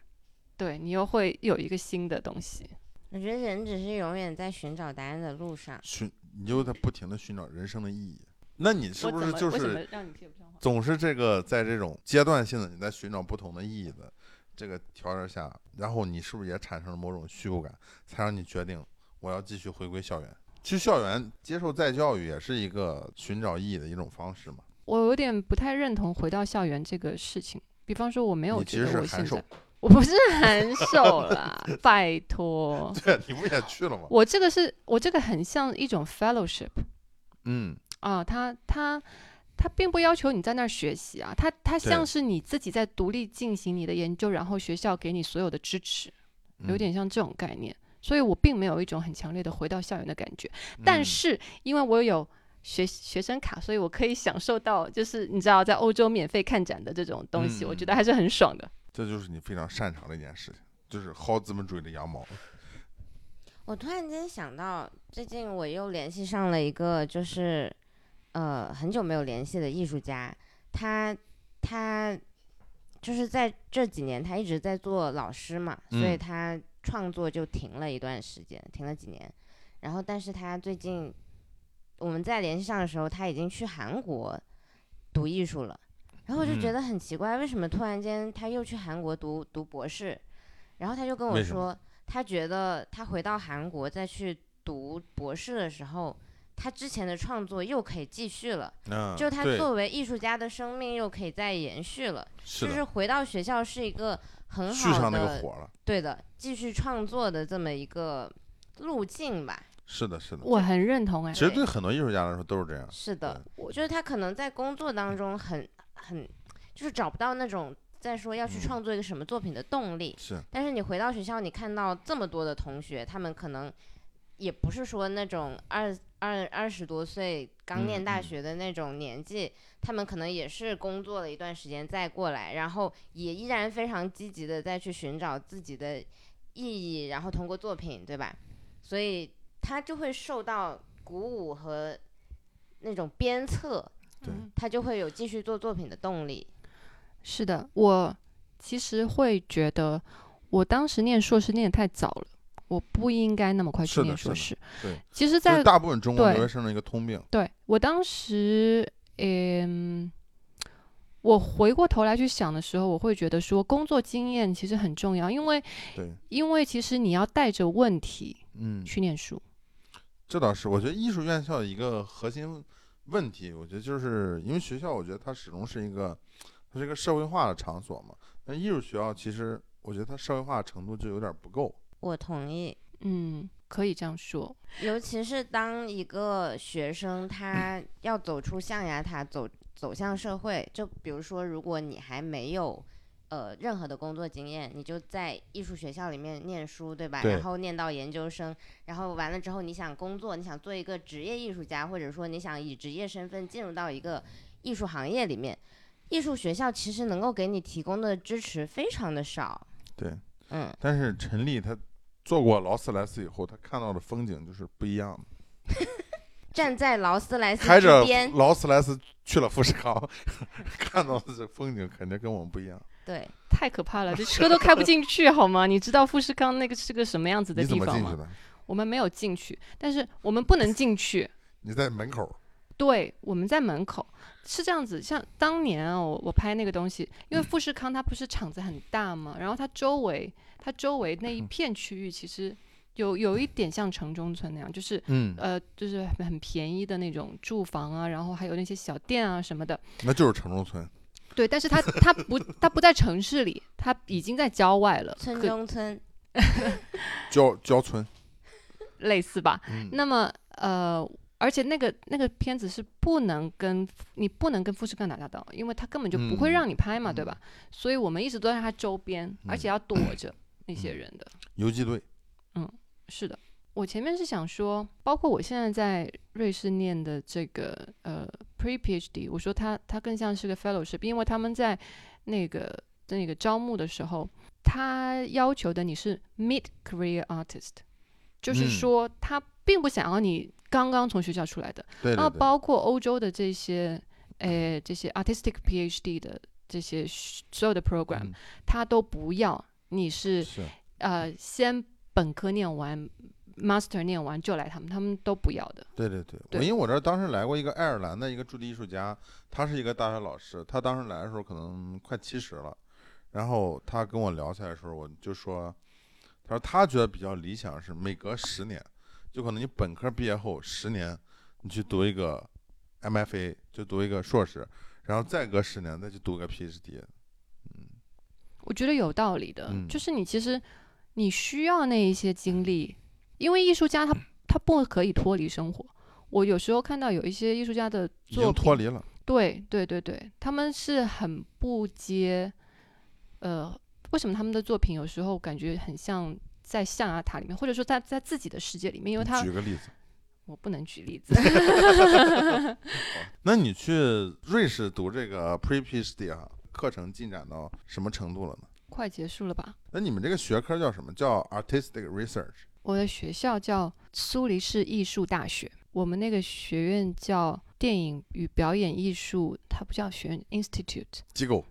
Speaker 3: 对你又会有一个新的东西。
Speaker 2: 我觉得人只是永远在寻找答案的路上。
Speaker 1: 寻，你就在不停的寻找人生的意义。那你是不是就
Speaker 3: 我怎
Speaker 1: 是
Speaker 3: 么让你接不上话？
Speaker 1: 总是这个在这种阶段性的你在寻找不同的意义的这个条件下，然后你是不是也产生了某种虚无感，才让你决定我要继续回归校园？去校园接受再教育也是一个寻找意义的一种方式嘛。 <laughs>
Speaker 3: 我有点不太认同回到校园这个事情。比方说，我没有
Speaker 1: 你其
Speaker 3: 觉
Speaker 1: 实
Speaker 3: 得
Speaker 1: 是
Speaker 3: 我现
Speaker 1: 函授
Speaker 3: 在，我不是函授啦，拜
Speaker 1: <laughs>
Speaker 3: 托，
Speaker 1: 对，啊你不也去了吗？
Speaker 3: 我这个是我这个很像一种 fellowship
Speaker 1: 嗯，
Speaker 3: 啊，他他他并不要求你在那儿学习啊，他他像
Speaker 1: 对
Speaker 3: 是你自己在独立进行你的研究，然后学校给你所有的支持，有
Speaker 1: 嗯
Speaker 3: 点像这种概念。所以我并没有一种很强烈的回到校园的感觉。但
Speaker 1: 嗯
Speaker 3: 是因为我有学学生卡，所以我可以享受到就是你知道在欧洲免费看展的这种东西，我觉得还是很爽的。
Speaker 1: 这就是你非常擅长的一件事情，就是薅资本主义的羊毛。
Speaker 2: 我突然间想到，最近我又联系上了一个，就是呃很久没有联系的艺术家，他他就是在这几年他一直在做老师嘛，所以
Speaker 1: 嗯
Speaker 2: 他创作就停了一段时间，停了几年。然后，但是他最近我们在联系上的时候，他已经去韩国读艺术了。然后我就觉
Speaker 1: 嗯
Speaker 2: 得很奇怪，为什么突然间他又去韩国读读博士？然后他就跟我
Speaker 1: 为什么
Speaker 2: 说，他觉得他回到韩国再去读博士的时候，他之前的创作又可以继续了，
Speaker 1: 嗯
Speaker 2: 就他
Speaker 1: 对
Speaker 2: 作为艺术家的生命又可以再延续了。
Speaker 1: 是
Speaker 2: 就
Speaker 1: 的
Speaker 2: 是回到学校是一个很
Speaker 1: 续
Speaker 2: 好
Speaker 1: 上那
Speaker 2: 的
Speaker 1: 个，火了。
Speaker 2: 对的，继续创作的这么一个路径吧。
Speaker 1: 是的，是的。
Speaker 3: 我很认同哎
Speaker 1: 其，实对很多艺术家来说都是这样。
Speaker 2: 是的，
Speaker 1: 对
Speaker 2: 我觉得他可能在工作当中很很，就是找不到那种再说要去
Speaker 1: 嗯
Speaker 2: 创作一个什么作品的动力。
Speaker 1: 是，
Speaker 2: 但是你回到学校，你看到这么多的同学，他们可能也不是说那种二二二十多岁刚
Speaker 1: 嗯
Speaker 2: 念大
Speaker 1: 嗯
Speaker 2: 学的那种年纪，他们可能也是工作了一段时间再过来，然后也依然非常积极的再去寻找自己的意义，然后通过作品，对吧？所以他就会受到鼓舞和那种鞭策，
Speaker 1: 对
Speaker 3: 嗯
Speaker 2: 他就会有继续做作品的动力。
Speaker 3: 是的，我其实会觉得，我当时念硕士念得太早了，我不应该那么快
Speaker 1: 是
Speaker 3: 去
Speaker 1: 的
Speaker 3: 念
Speaker 1: 是
Speaker 3: 硕
Speaker 1: 的
Speaker 3: 士。
Speaker 1: 对，
Speaker 3: 其实
Speaker 1: 就
Speaker 3: 在，
Speaker 1: 是大部分中国
Speaker 3: 对
Speaker 1: 留学生的一个通病。
Speaker 3: 对我当时，嗯，我回过头来去想的时候，我会觉得说，工作经验其实很重要，因为
Speaker 1: 对，
Speaker 3: 因为其实你要带着问题
Speaker 1: 嗯，
Speaker 3: 去念书，
Speaker 1: 这倒是，我觉得艺术院校的一个核心问题，我觉得就是因为学校，我觉得它始终是一个，它是一个社会化的场所嘛。但艺术学校其实，我觉得它社会化程度就有点不够。
Speaker 2: 我同意，
Speaker 3: 嗯，可以这样说，
Speaker 2: 尤其是当一个学生
Speaker 1: <clears throat>
Speaker 2: 他要走出象牙塔，走走向社会，就比如说，如果你还没有呃任何的工作经验，你就在艺术学校里面念书，对吧？
Speaker 1: 对
Speaker 2: 然后念到研究生，然后完了之后你想工作，你想做一个职业艺术家，或者说你想以职业身份进入到一个艺术行业里面，艺术学校其实能够给你提供的支持非常的少。
Speaker 1: 对，
Speaker 2: 嗯，
Speaker 1: 但是陈丽她做过劳斯莱斯以后，她看到的风景就是不一样的。
Speaker 2: 站在劳斯莱斯
Speaker 1: 开着
Speaker 2: 之边，
Speaker 1: 劳斯莱斯去了富士康， <laughs> 看到的这风景肯定跟我们不一样。
Speaker 2: 对。
Speaker 3: 太可怕了，这
Speaker 1: <laughs>
Speaker 3: 车都开不进去，好吗？你知道富士康那个是个什么样子的
Speaker 1: 你怎
Speaker 3: 地
Speaker 1: 么
Speaker 3: 方
Speaker 1: 进去
Speaker 3: 吗？
Speaker 1: 的？
Speaker 3: 我们没有进去，但是我们不能进去。
Speaker 1: 你在门口。
Speaker 3: 对，我们在门口是这样子，像当年啊，我我拍那个东西，因为富士康它不是厂子很大嘛，然后它周围它周围那一
Speaker 1: 嗯
Speaker 3: 片区域其实有有一点像城中村那样，就是
Speaker 1: 嗯，
Speaker 3: 呃就是很很便宜的那种住房啊，然后还有那些小店啊什么的，
Speaker 1: 那就是城中村。
Speaker 3: 对，但是它它不它不在城市里，它已经在郊外了，
Speaker 2: 村
Speaker 3: 可
Speaker 2: 中村，
Speaker 1: 郊郊村，
Speaker 3: 类似吧，
Speaker 1: 嗯，
Speaker 3: 那么呃，而且那个那个片子是不能跟你不能跟富士康打交道，因为他根本就不会
Speaker 1: 嗯
Speaker 3: 让你拍嘛，对
Speaker 1: 嗯
Speaker 3: 吧？所以我们一直都在他周边，而且要躲
Speaker 1: <clears throat>
Speaker 3: 着那些人的。
Speaker 1: 游击队，
Speaker 3: 是的，我前面是想说，包括我现在在瑞士念的这个呃 pre PhD，我说它它更像是个 fellowship，因为他们在那个那个招募的时候，他要求的你是 mid career artist，就是
Speaker 1: 嗯
Speaker 3: 说他并不想要你刚刚从学校出来的，
Speaker 1: 对对对。
Speaker 3: 那啊包括欧洲的这些，呃，这些 artistic PhD 的这些所有的 program，、
Speaker 1: 嗯
Speaker 3: 他都不要你是
Speaker 1: 是，
Speaker 3: 呃，先本科念完，master 念完就来他们，他们都不要的。
Speaker 1: 对对对，
Speaker 3: 对
Speaker 1: 我因为我这儿当时来过一个爱尔兰的一个驻地艺术家，他是一个大学老师，他当时来的时候可能快七十了，然后他跟我聊起来的时候，我就说，他说他觉得比较理想是每隔十年，就可能你本科毕业后十年，你去读一个 MFA，就读一个硕士，然后再隔十年再去读个 PhD，嗯，
Speaker 3: 我觉得有道理的，
Speaker 1: 嗯
Speaker 3: 就是你其实你需要那一些经历，因为艺术家
Speaker 1: <clears throat>
Speaker 3: 他他不可以脱离生活。我有时候看到有一些艺术家的
Speaker 1: 已
Speaker 3: 作
Speaker 1: 经
Speaker 3: 品
Speaker 1: 脱，离了，
Speaker 3: 对对对对，他们是很不接，呃，为什么他们的作品有时候感觉很像在象牙塔里面，或者说在在自己的世界里面，因为
Speaker 1: 你
Speaker 3: 他
Speaker 1: 举个例子。
Speaker 3: 我不能举例
Speaker 1: <laughs>
Speaker 3: 子， <laughs>
Speaker 1: 那你去瑞士读这个 Pre PhD 哈，啊课程进展到什么程度了呢？
Speaker 3: 快结束了吧？
Speaker 1: 那你们这个学科叫什么？叫 Artistic Research。
Speaker 3: 我的学校叫苏黎世艺术大学，我们那个学院叫电影与表演艺术，它不叫学院 Institute，
Speaker 1: 机构，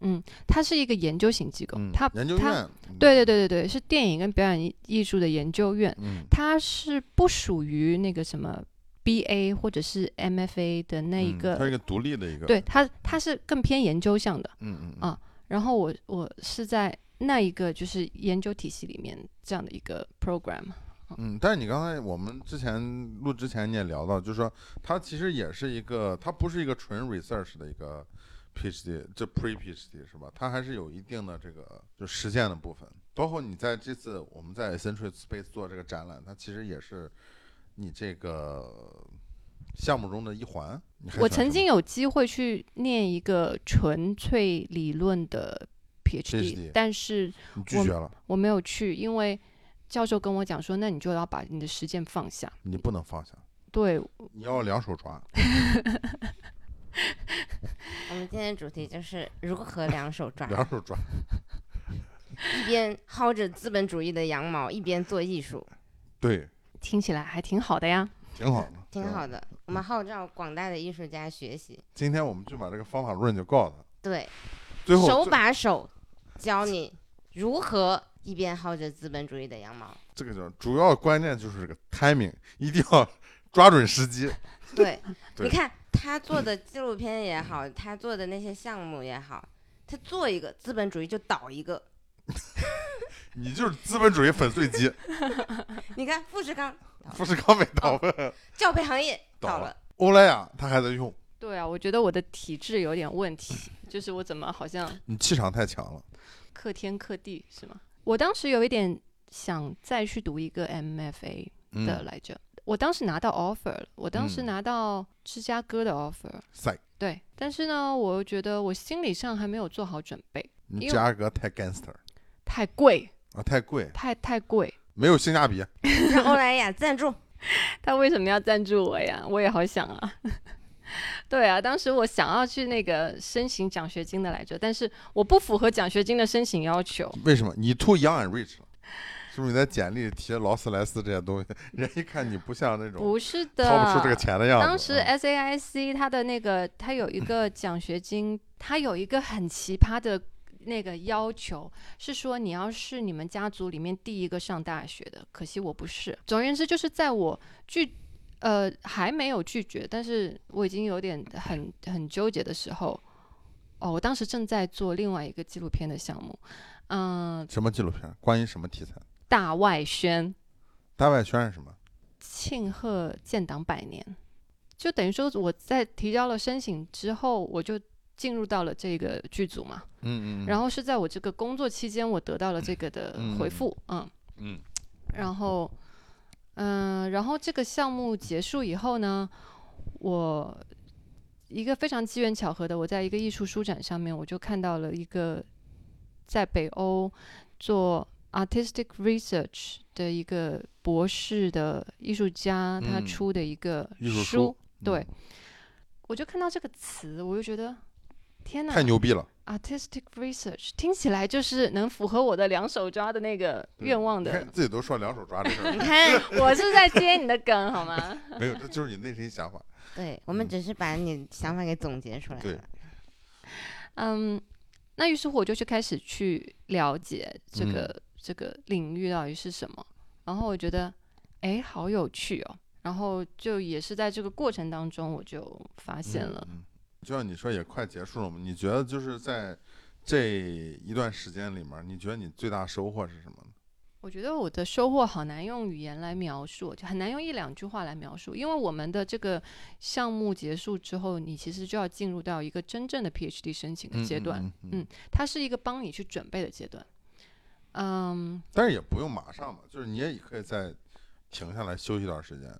Speaker 3: 嗯，它是一个研究型机构，
Speaker 1: 嗯，
Speaker 3: 它
Speaker 1: 研究
Speaker 3: 它
Speaker 1: 院，
Speaker 3: 对对对对对，是电影跟表演艺艺术的研究院，
Speaker 1: 嗯，
Speaker 3: 它是不属于那个什么 BA 或者是 MFA 的那一
Speaker 1: 嗯
Speaker 3: 个，
Speaker 1: 它是一个独立的一个，
Speaker 3: 对，它它是更偏研究向的。
Speaker 1: 嗯嗯嗯
Speaker 3: 啊然后我我是在那一个就是研究体系里面这样的一个 program，
Speaker 1: 嗯。但是你刚才我们之前录之前你也聊到，就是说它其实也是一个，它不是一个纯 research 的一个 PhD，这 Pre PhD 是吧？它还是有一定的这个就实践的部分，包括你在这次我们在 Central Space 做这个展览，它其实也是你这个项目中的一环。你还
Speaker 3: 我
Speaker 1: 喜欢
Speaker 3: 曾经
Speaker 1: 什么
Speaker 3: 有机会去念一个纯粹理论的 PhD，,
Speaker 1: PhD
Speaker 3: 但是
Speaker 1: 你拒
Speaker 3: 我
Speaker 1: 绝了，
Speaker 3: 我没有去，因为教授跟我讲说，那你就要把你的实践放下。
Speaker 1: 你不能放下，
Speaker 3: 对，
Speaker 1: 你要两手抓。
Speaker 2: 我们今天的主题就是如何两手抓。
Speaker 1: 两手抓。
Speaker 2: 一边薅着资本主义的羊毛，一边做艺术，
Speaker 1: 对，
Speaker 3: 听起来还挺好的呀。
Speaker 1: 挺好的，
Speaker 2: 挺好的。我们号召广大的艺术家学习，
Speaker 1: 今天我们就把这个方法论就告诉他，
Speaker 2: 对，
Speaker 1: 最后
Speaker 2: 手
Speaker 1: 这
Speaker 2: 把手教你如何一边薅着资本主义的羊毛，
Speaker 1: 这个就是主要关键就是这个 timing，一定要抓准时机。
Speaker 2: 对，
Speaker 1: <laughs> 对
Speaker 2: 你看他做的纪录片也好，他做的那些项目也好，他做一个资本主义就倒一个。
Speaker 1: 你就是资本主义粉碎
Speaker 3: <laughs>
Speaker 1: 机，
Speaker 2: 你看富士康
Speaker 1: 富士康没
Speaker 3: 哦
Speaker 1: 倒吧？
Speaker 2: 教培行业
Speaker 1: 倒
Speaker 2: 倒
Speaker 1: 了
Speaker 2: 了，
Speaker 1: 欧莱雅他还在用，
Speaker 3: 对啊，我觉得我的体质有点问题， <clears throat> 就是我怎么好像
Speaker 1: 你气场太强了。
Speaker 3: 克天克地是吗？我当时有一点想再去读一个 MFA 的
Speaker 1: 嗯，
Speaker 3: 来着，我当时拿到 offer 了，我当时
Speaker 1: 嗯
Speaker 3: 拿到芝加哥的 offer，、
Speaker 1: 塞，
Speaker 3: 对，但是呢，我又觉得我心理上还没有做好准备，
Speaker 1: 你
Speaker 3: 因为
Speaker 1: 价格太 gangster
Speaker 3: 太贵，
Speaker 1: 啊，太贵，
Speaker 3: 太太贵，
Speaker 1: 没有性价比。
Speaker 2: 让欧莱雅赞助。
Speaker 3: <laughs> 他为什么要赞助我呀？我也好想啊。 <laughs> 对啊，当时我想要去那个申请奖学金的来着，但是我不符合奖学金的申请要求。
Speaker 1: 为什么？你 too young and rich 了是不是你在简历里提劳斯莱斯这些东西，人一看你不像那种
Speaker 3: 不是的，
Speaker 1: 掏不出这个钱的样子。
Speaker 3: 当时哎
Speaker 1: 嗯
Speaker 3: SAIC 它的那个它有一个奖学金，它有一个很奇葩的那个要求，是说你要是你们家族里面第一个上大学的，可惜我不是。总而言之，就是在我拒呃还没有拒绝，但是我已经有点很很纠结的时候，哦，我当时正在做另外一个纪录片的项目，嗯、
Speaker 1: 什么纪录片？关于什么题材？
Speaker 3: 大外宣。
Speaker 1: 大外宣是什么？
Speaker 3: 庆贺建党百年，就等于说我在提交了申请之后，我就进入到了这个剧组嘛。
Speaker 1: 嗯嗯。
Speaker 3: 然
Speaker 1: 后
Speaker 3: 后是在我这个工作期间，我得到了这个的回复，嗯，
Speaker 1: 嗯，
Speaker 3: 然后，嗯、然后这个项目结束以后呢，我一个非常机缘巧合的，我在一个艺术书展上面，我就看到了一个在北欧做 artistic research 的一个博士的艺术家，他
Speaker 1: 嗯
Speaker 3: 出的一个
Speaker 1: 艺术
Speaker 3: 书
Speaker 1: 书，嗯
Speaker 3: 对，我就看到这个词，我就觉得。天呐
Speaker 1: 太牛逼了！
Speaker 3: ！Artistic research 听起来就是能符合我的两手抓的那个愿望
Speaker 1: 你
Speaker 3: 的
Speaker 1: 看自己都说两手抓这事
Speaker 2: 你
Speaker 1: 儿， <laughs>
Speaker 2: 看，
Speaker 3: <laughs> 我是在接你的梗好吗？ <laughs>
Speaker 1: 没有，这就是你内心想法。
Speaker 2: 对我们只是把你想法给总结出来
Speaker 1: 对
Speaker 2: 了。
Speaker 3: 嗯，那于是乎我就去开始去了解这
Speaker 1: 嗯
Speaker 3: 个、这个领域到底是什么，然后我觉得，哎，好有趣哦。然后就也是在这个过程当中，我就发现了，
Speaker 1: 嗯。嗯就像你说，也快结束了嘛？你觉得就是在这一段时间里面，你觉得你最大收获是什么呢？
Speaker 3: 我觉得我的收获好难用语言来描述，就很难用一两句话来描述，因为我们的这个项目结束之后，你其实就要进入到一个真正的 PhD 申请的阶段，
Speaker 1: 嗯嗯嗯
Speaker 3: 嗯它是一个帮你去准备的阶段。嗯，
Speaker 1: 但是也不用马上嘛，就是你也可以再停下来休息一段时间，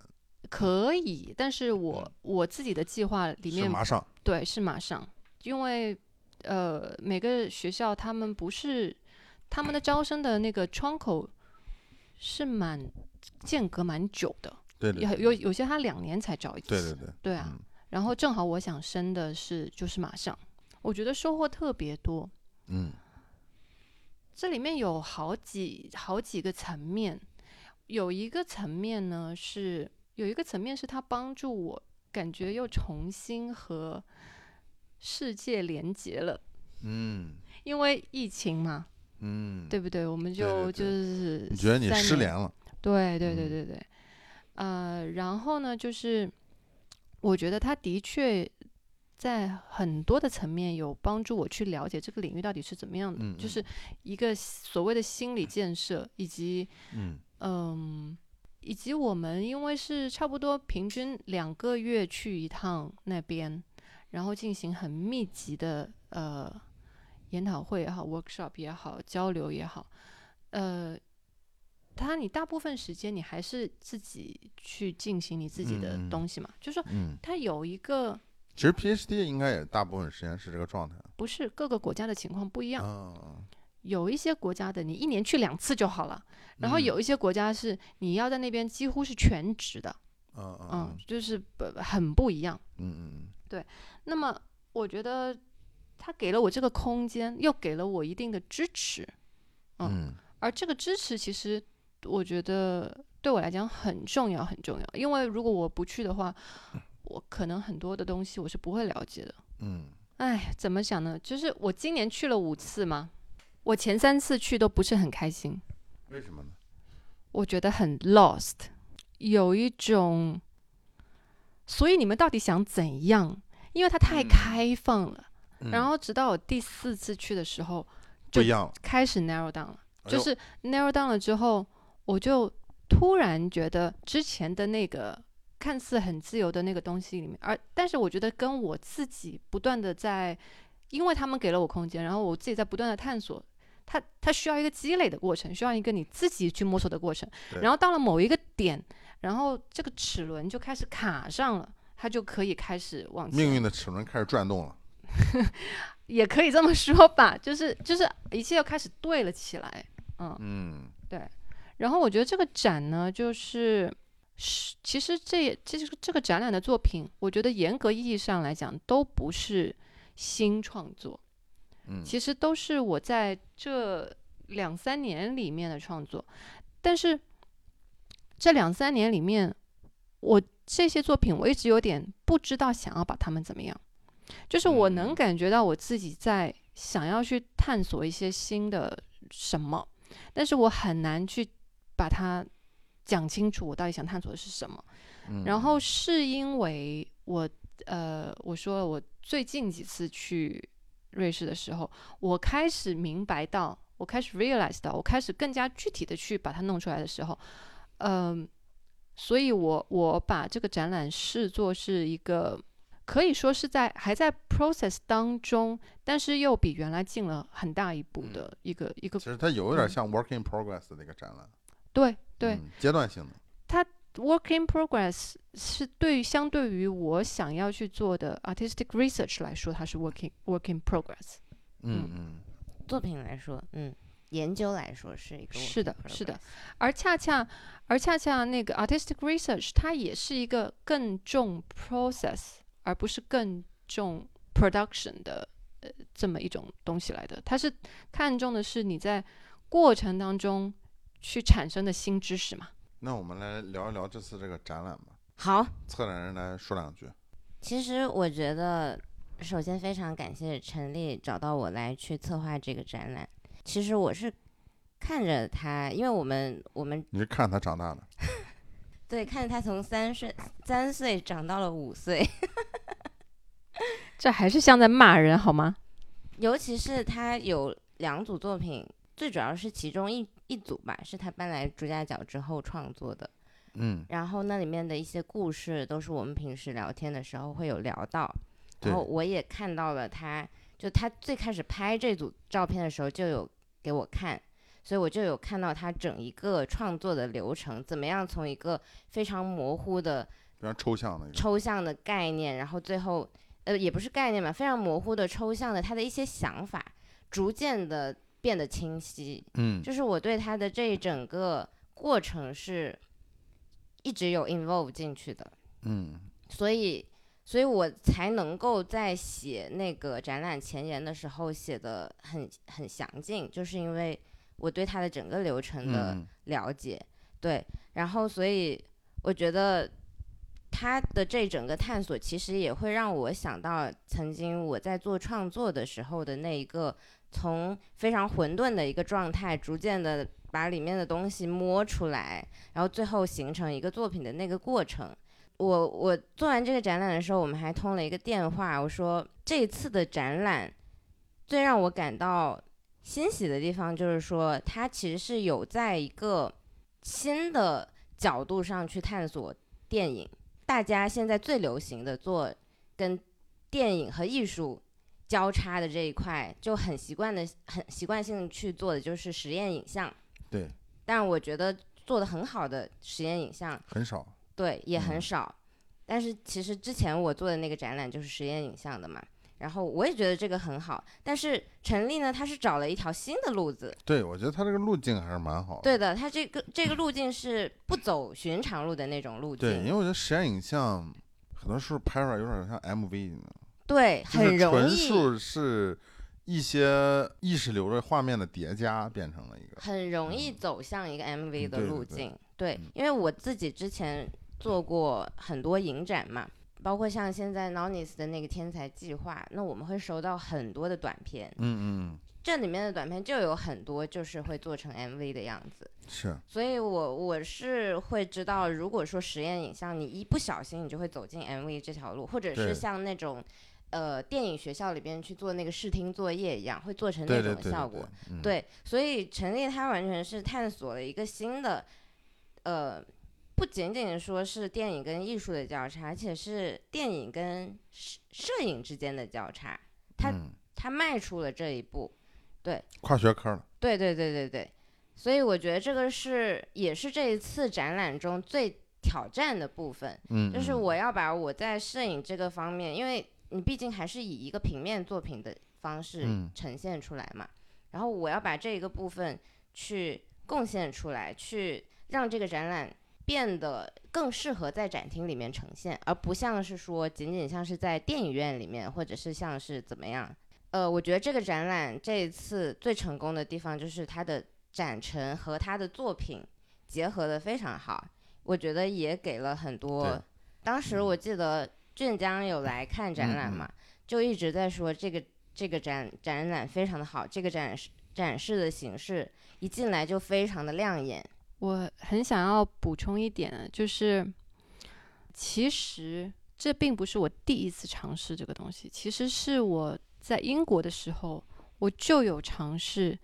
Speaker 3: 可以，但是我
Speaker 1: 嗯
Speaker 3: 我自己的计划里
Speaker 1: 是
Speaker 3: 面
Speaker 1: 马上。
Speaker 3: 对是马上，因为呃每个学校他们不是他们的招生的那个窗口是蛮间隔蛮久的，
Speaker 1: 对对
Speaker 3: 有
Speaker 1: 对
Speaker 3: 有有些他两年才招一次，
Speaker 1: 对对对，
Speaker 3: 对啊，
Speaker 1: 嗯
Speaker 3: 然后正好我想升的是就是马上，我觉得收获特别多，
Speaker 1: 嗯，
Speaker 3: 这里面有好几好几个层面，有一个层面呢是有一个层面是它帮助我感觉又重新和世界连接了，
Speaker 1: 嗯
Speaker 3: 因为疫情嘛，
Speaker 1: 嗯，
Speaker 3: 对不对？我们就
Speaker 1: 对对对
Speaker 3: 就是
Speaker 1: 你觉得你
Speaker 3: 在
Speaker 1: 失
Speaker 3: 那
Speaker 1: 联了？
Speaker 3: 对对
Speaker 1: 嗯
Speaker 3: 对对对，呃，然后呢，就是我觉得他的确在很多的层面有帮助我去了解这个领域到底是怎么样的，
Speaker 1: 嗯嗯
Speaker 3: 就是一个所谓的心理建设，以及
Speaker 1: 嗯
Speaker 3: 嗯，以及我们因为是差不多平均两个月去一趟那边，然后进行很密集的呃研讨会也好，workshop 也好，交流也好，呃，它你大部分时间你还是自己去进行你自己的
Speaker 1: 嗯嗯
Speaker 3: 东西嘛，就是说
Speaker 1: 嗯，
Speaker 3: 它有一个
Speaker 1: 其实 PhD 应该也大部分时间是这个状态。
Speaker 3: 不是各个国家的情况不一样，
Speaker 1: 啊，
Speaker 3: 有一些国家的你一年去两次就好了，然后
Speaker 1: 嗯
Speaker 3: 有一些国家是你要在那边几乎是全职的。
Speaker 1: 嗯嗯
Speaker 3: 嗯
Speaker 1: 嗯，
Speaker 3: 就是不很不一样。
Speaker 1: 嗯嗯
Speaker 3: 那么我觉得他给了我这个空间，又给了我一定的支持，
Speaker 1: 嗯
Speaker 3: 而这个支持其实我觉得对我来讲很重要，很重要，因为如果我不去的话，我可能很多的东西我是不会了解的。
Speaker 1: 嗯
Speaker 3: 哎，怎么讲呢？就是我今年去了五次嘛，我前三次去都不是很开心，
Speaker 1: 为什么呢？
Speaker 3: 我觉得很 lost，有一种，所以你们到底想怎样？因为它太
Speaker 1: 嗯
Speaker 3: 开放了。然
Speaker 1: 嗯
Speaker 3: 后直到我第四次去的时候，
Speaker 1: 不
Speaker 3: 就
Speaker 1: 一样了，
Speaker 3: 开始 narrow down 了，
Speaker 1: 哎
Speaker 3: 就
Speaker 1: 呦
Speaker 3: 是 narrow down 了之后，我就突然觉得之前的那个看似很自由的那个东西里面，而但是我觉得跟我自己不断的在，因为他们给了我空间，然后我自己在不断的探索。它它需要一个积累的过程，需要一个你自己去摸索的过程。
Speaker 1: 对
Speaker 3: 然后到了某一个点，然后这个齿轮就开始卡上了，它就可以开始往前。
Speaker 1: 命运的齿轮开始转动了。
Speaker 3: 也可以这么说吧，就是就是一切又开始对了起来。
Speaker 1: 嗯
Speaker 3: 然后我觉得这个展呢，就是是其实这也这就是这个展览的作品，我觉得严格意义上来讲都不是新创作，
Speaker 1: 嗯
Speaker 3: 其实都是我在这两三年里面的创作，但是这两三年里面，我这些作品我一直有点不知道想要把它们怎么样，就是我能
Speaker 1: 嗯
Speaker 3: 感觉到我自己在想要去探索一些新的什么，但是我很难去把它讲清楚，我到底想探索的是什么。
Speaker 1: 嗯，
Speaker 3: 然后是因为我呃，我说了我最近几次去瑞士的时候，我开始明白到，我开始 realize 到，我开始更加具体的去把它弄出来的时候，嗯、所以我我把这个展览视作是一个。可以说是在还在 process 当中，但是又比原来进了很大一步
Speaker 1: 嗯
Speaker 3: 的一个、一个
Speaker 1: 其实它有点
Speaker 3: 嗯
Speaker 1: 像 work in progress 的那个展览，
Speaker 3: 对对、
Speaker 1: 嗯，阶段性的。
Speaker 3: work in progress 是对于相对于我想要去做的 artistic research 来说，它是 working work in progress。
Speaker 1: 嗯嗯
Speaker 2: 作品来说，嗯，研究来说是一个
Speaker 3: 是
Speaker 2: work in
Speaker 3: 的是的
Speaker 2: progress，
Speaker 3: 而恰恰而恰恰那个 artistic research 它也是一个更重 process，而不是更重 production 的呃这么一种东西来的。它是看重的是你在过程当中去产生的新知识嘛。
Speaker 1: 那我们来聊一聊这次这个展览吧。
Speaker 2: 好，
Speaker 1: 策展人来说两句。
Speaker 2: 其实我觉得，首先非常感谢陈丽找到我来去策划这个展览。其实我是看着他，因为我们我们
Speaker 1: 你是看他长大的，
Speaker 2: 对看着他从三岁三岁长到了五岁， <laughs>
Speaker 3: 这还是像在骂人好吗？
Speaker 2: 尤其是他有两组作品，最主要是其中一一组吧，是他搬来朱家角之后创作的。
Speaker 1: 嗯，
Speaker 2: 然后那里面的一些故事都是我们平时聊天的时候会有聊到，
Speaker 1: 对
Speaker 2: 然后我也看到了他，就他最开始拍这组照片的时候就有给我看，所以我就有看到他整一个创作的流程，怎么样从一个非常模糊的
Speaker 1: 非常抽象的一个，
Speaker 2: 抽象的概念，然后最后呃也不是概念吧，非常模糊的抽象的他的一些想法，逐渐的变得清晰，
Speaker 1: 嗯
Speaker 2: 就是我对他的这一整个过程是一直有 involve 进去的，
Speaker 1: 嗯
Speaker 2: 所以，所以我才能够在写那个展览前言的时候写的很很详尽，就是因为我对他的整个流程的
Speaker 1: 嗯
Speaker 2: 了解，对，然后所以我觉得他的这整个探索，其实也会让我想到曾经我在做创作的时候的那一个从非常混沌的一个状态，逐渐的把里面的东西摸出来，然后最后形成一个作品的那个过程。我我做完这个展览的时候，我们还通了一个电话，我说这一次的展览最让我感到欣喜的地方，就是说它其实是有在一个新的角度上去探索电影。大家现在最流行的做跟电影和艺术交叉的这一块，就很习惯的、很习惯性地去做的就是实验影像。
Speaker 1: 对，
Speaker 2: 但我觉得做的很好的实验影像，
Speaker 1: 很少，
Speaker 2: 对，也
Speaker 1: 嗯
Speaker 2: 很少。但是其实之前我做的那个展览就是实验影像的嘛，然后我也觉得这个很好。但是陈丽呢，她是找了一条新的路子，
Speaker 1: 对我觉得他这个路径还是蛮好的，
Speaker 2: 对的，她这个这个路径是不走寻常路的那种路
Speaker 1: 对，因为
Speaker 2: 径，
Speaker 1: 我觉得实验影像很多时候拍出来有点像 MV，呢
Speaker 2: 对，
Speaker 1: 就是
Speaker 2: 很容
Speaker 1: 纯
Speaker 2: 易，
Speaker 1: 属是一些意识流的画面的叠加，变成了一个
Speaker 2: 很容易走向一个 MV
Speaker 1: 嗯
Speaker 2: 的
Speaker 1: 对对
Speaker 2: 路
Speaker 1: 对
Speaker 2: 径。对
Speaker 1: 嗯
Speaker 2: 因为我自己之前做过很多影展嘛，包括像现在 Nonis 的那个天才计划，那我们会收到很多的短片，
Speaker 1: 嗯嗯
Speaker 2: 这里面的短片就有很多就是会做成 MV 的样子。
Speaker 1: 嗯是
Speaker 2: 所以我我是会知道，如果说实验影像，你一不小心你就会走进 MV 这条路，或者
Speaker 1: 对
Speaker 2: 是像那种。呃，电影学校里边去做那个视听作业一样，会做成那
Speaker 1: 对对
Speaker 2: 种
Speaker 1: 对
Speaker 2: 效
Speaker 1: 对
Speaker 2: 果。
Speaker 1: 对嗯
Speaker 2: 对，所以陈立他完全是探索了一个新的，呃，不仅仅说是电影跟艺术的交叉，而且是电影跟摄摄影之间的交叉。他
Speaker 1: 嗯
Speaker 2: 他迈出了这一步，
Speaker 1: 跨学科了，
Speaker 2: 对对对对对，所以我觉得这个是也是这一次展览中最挑战的部分，
Speaker 1: 嗯
Speaker 2: 就是
Speaker 1: 嗯
Speaker 2: 我要把我在摄影这个方面，因为你毕竟还是以一个平面作品的方式
Speaker 1: 嗯
Speaker 2: 呈现出来嘛，然后我要把这个部分去贡献出来，去让这个展览变得更适合在展厅里面呈现，而不像是说仅仅像是在电影院里面，或者是像是怎么样。呃，我觉得这个展览这一次最成功的地方就是它的展陈和它的作品结合的非常好，我觉得也给了很
Speaker 1: 对嗯
Speaker 2: 多。当时我记得俊江有来看展览嘛，就一直在说这个这个展展览非常的好，这个展示展示的形式一进来就非常的亮眼。
Speaker 3: 我很想要补充一点，就是其实这并不是我第一次尝试这个东西，其实是我在英国的时候我就有尝试，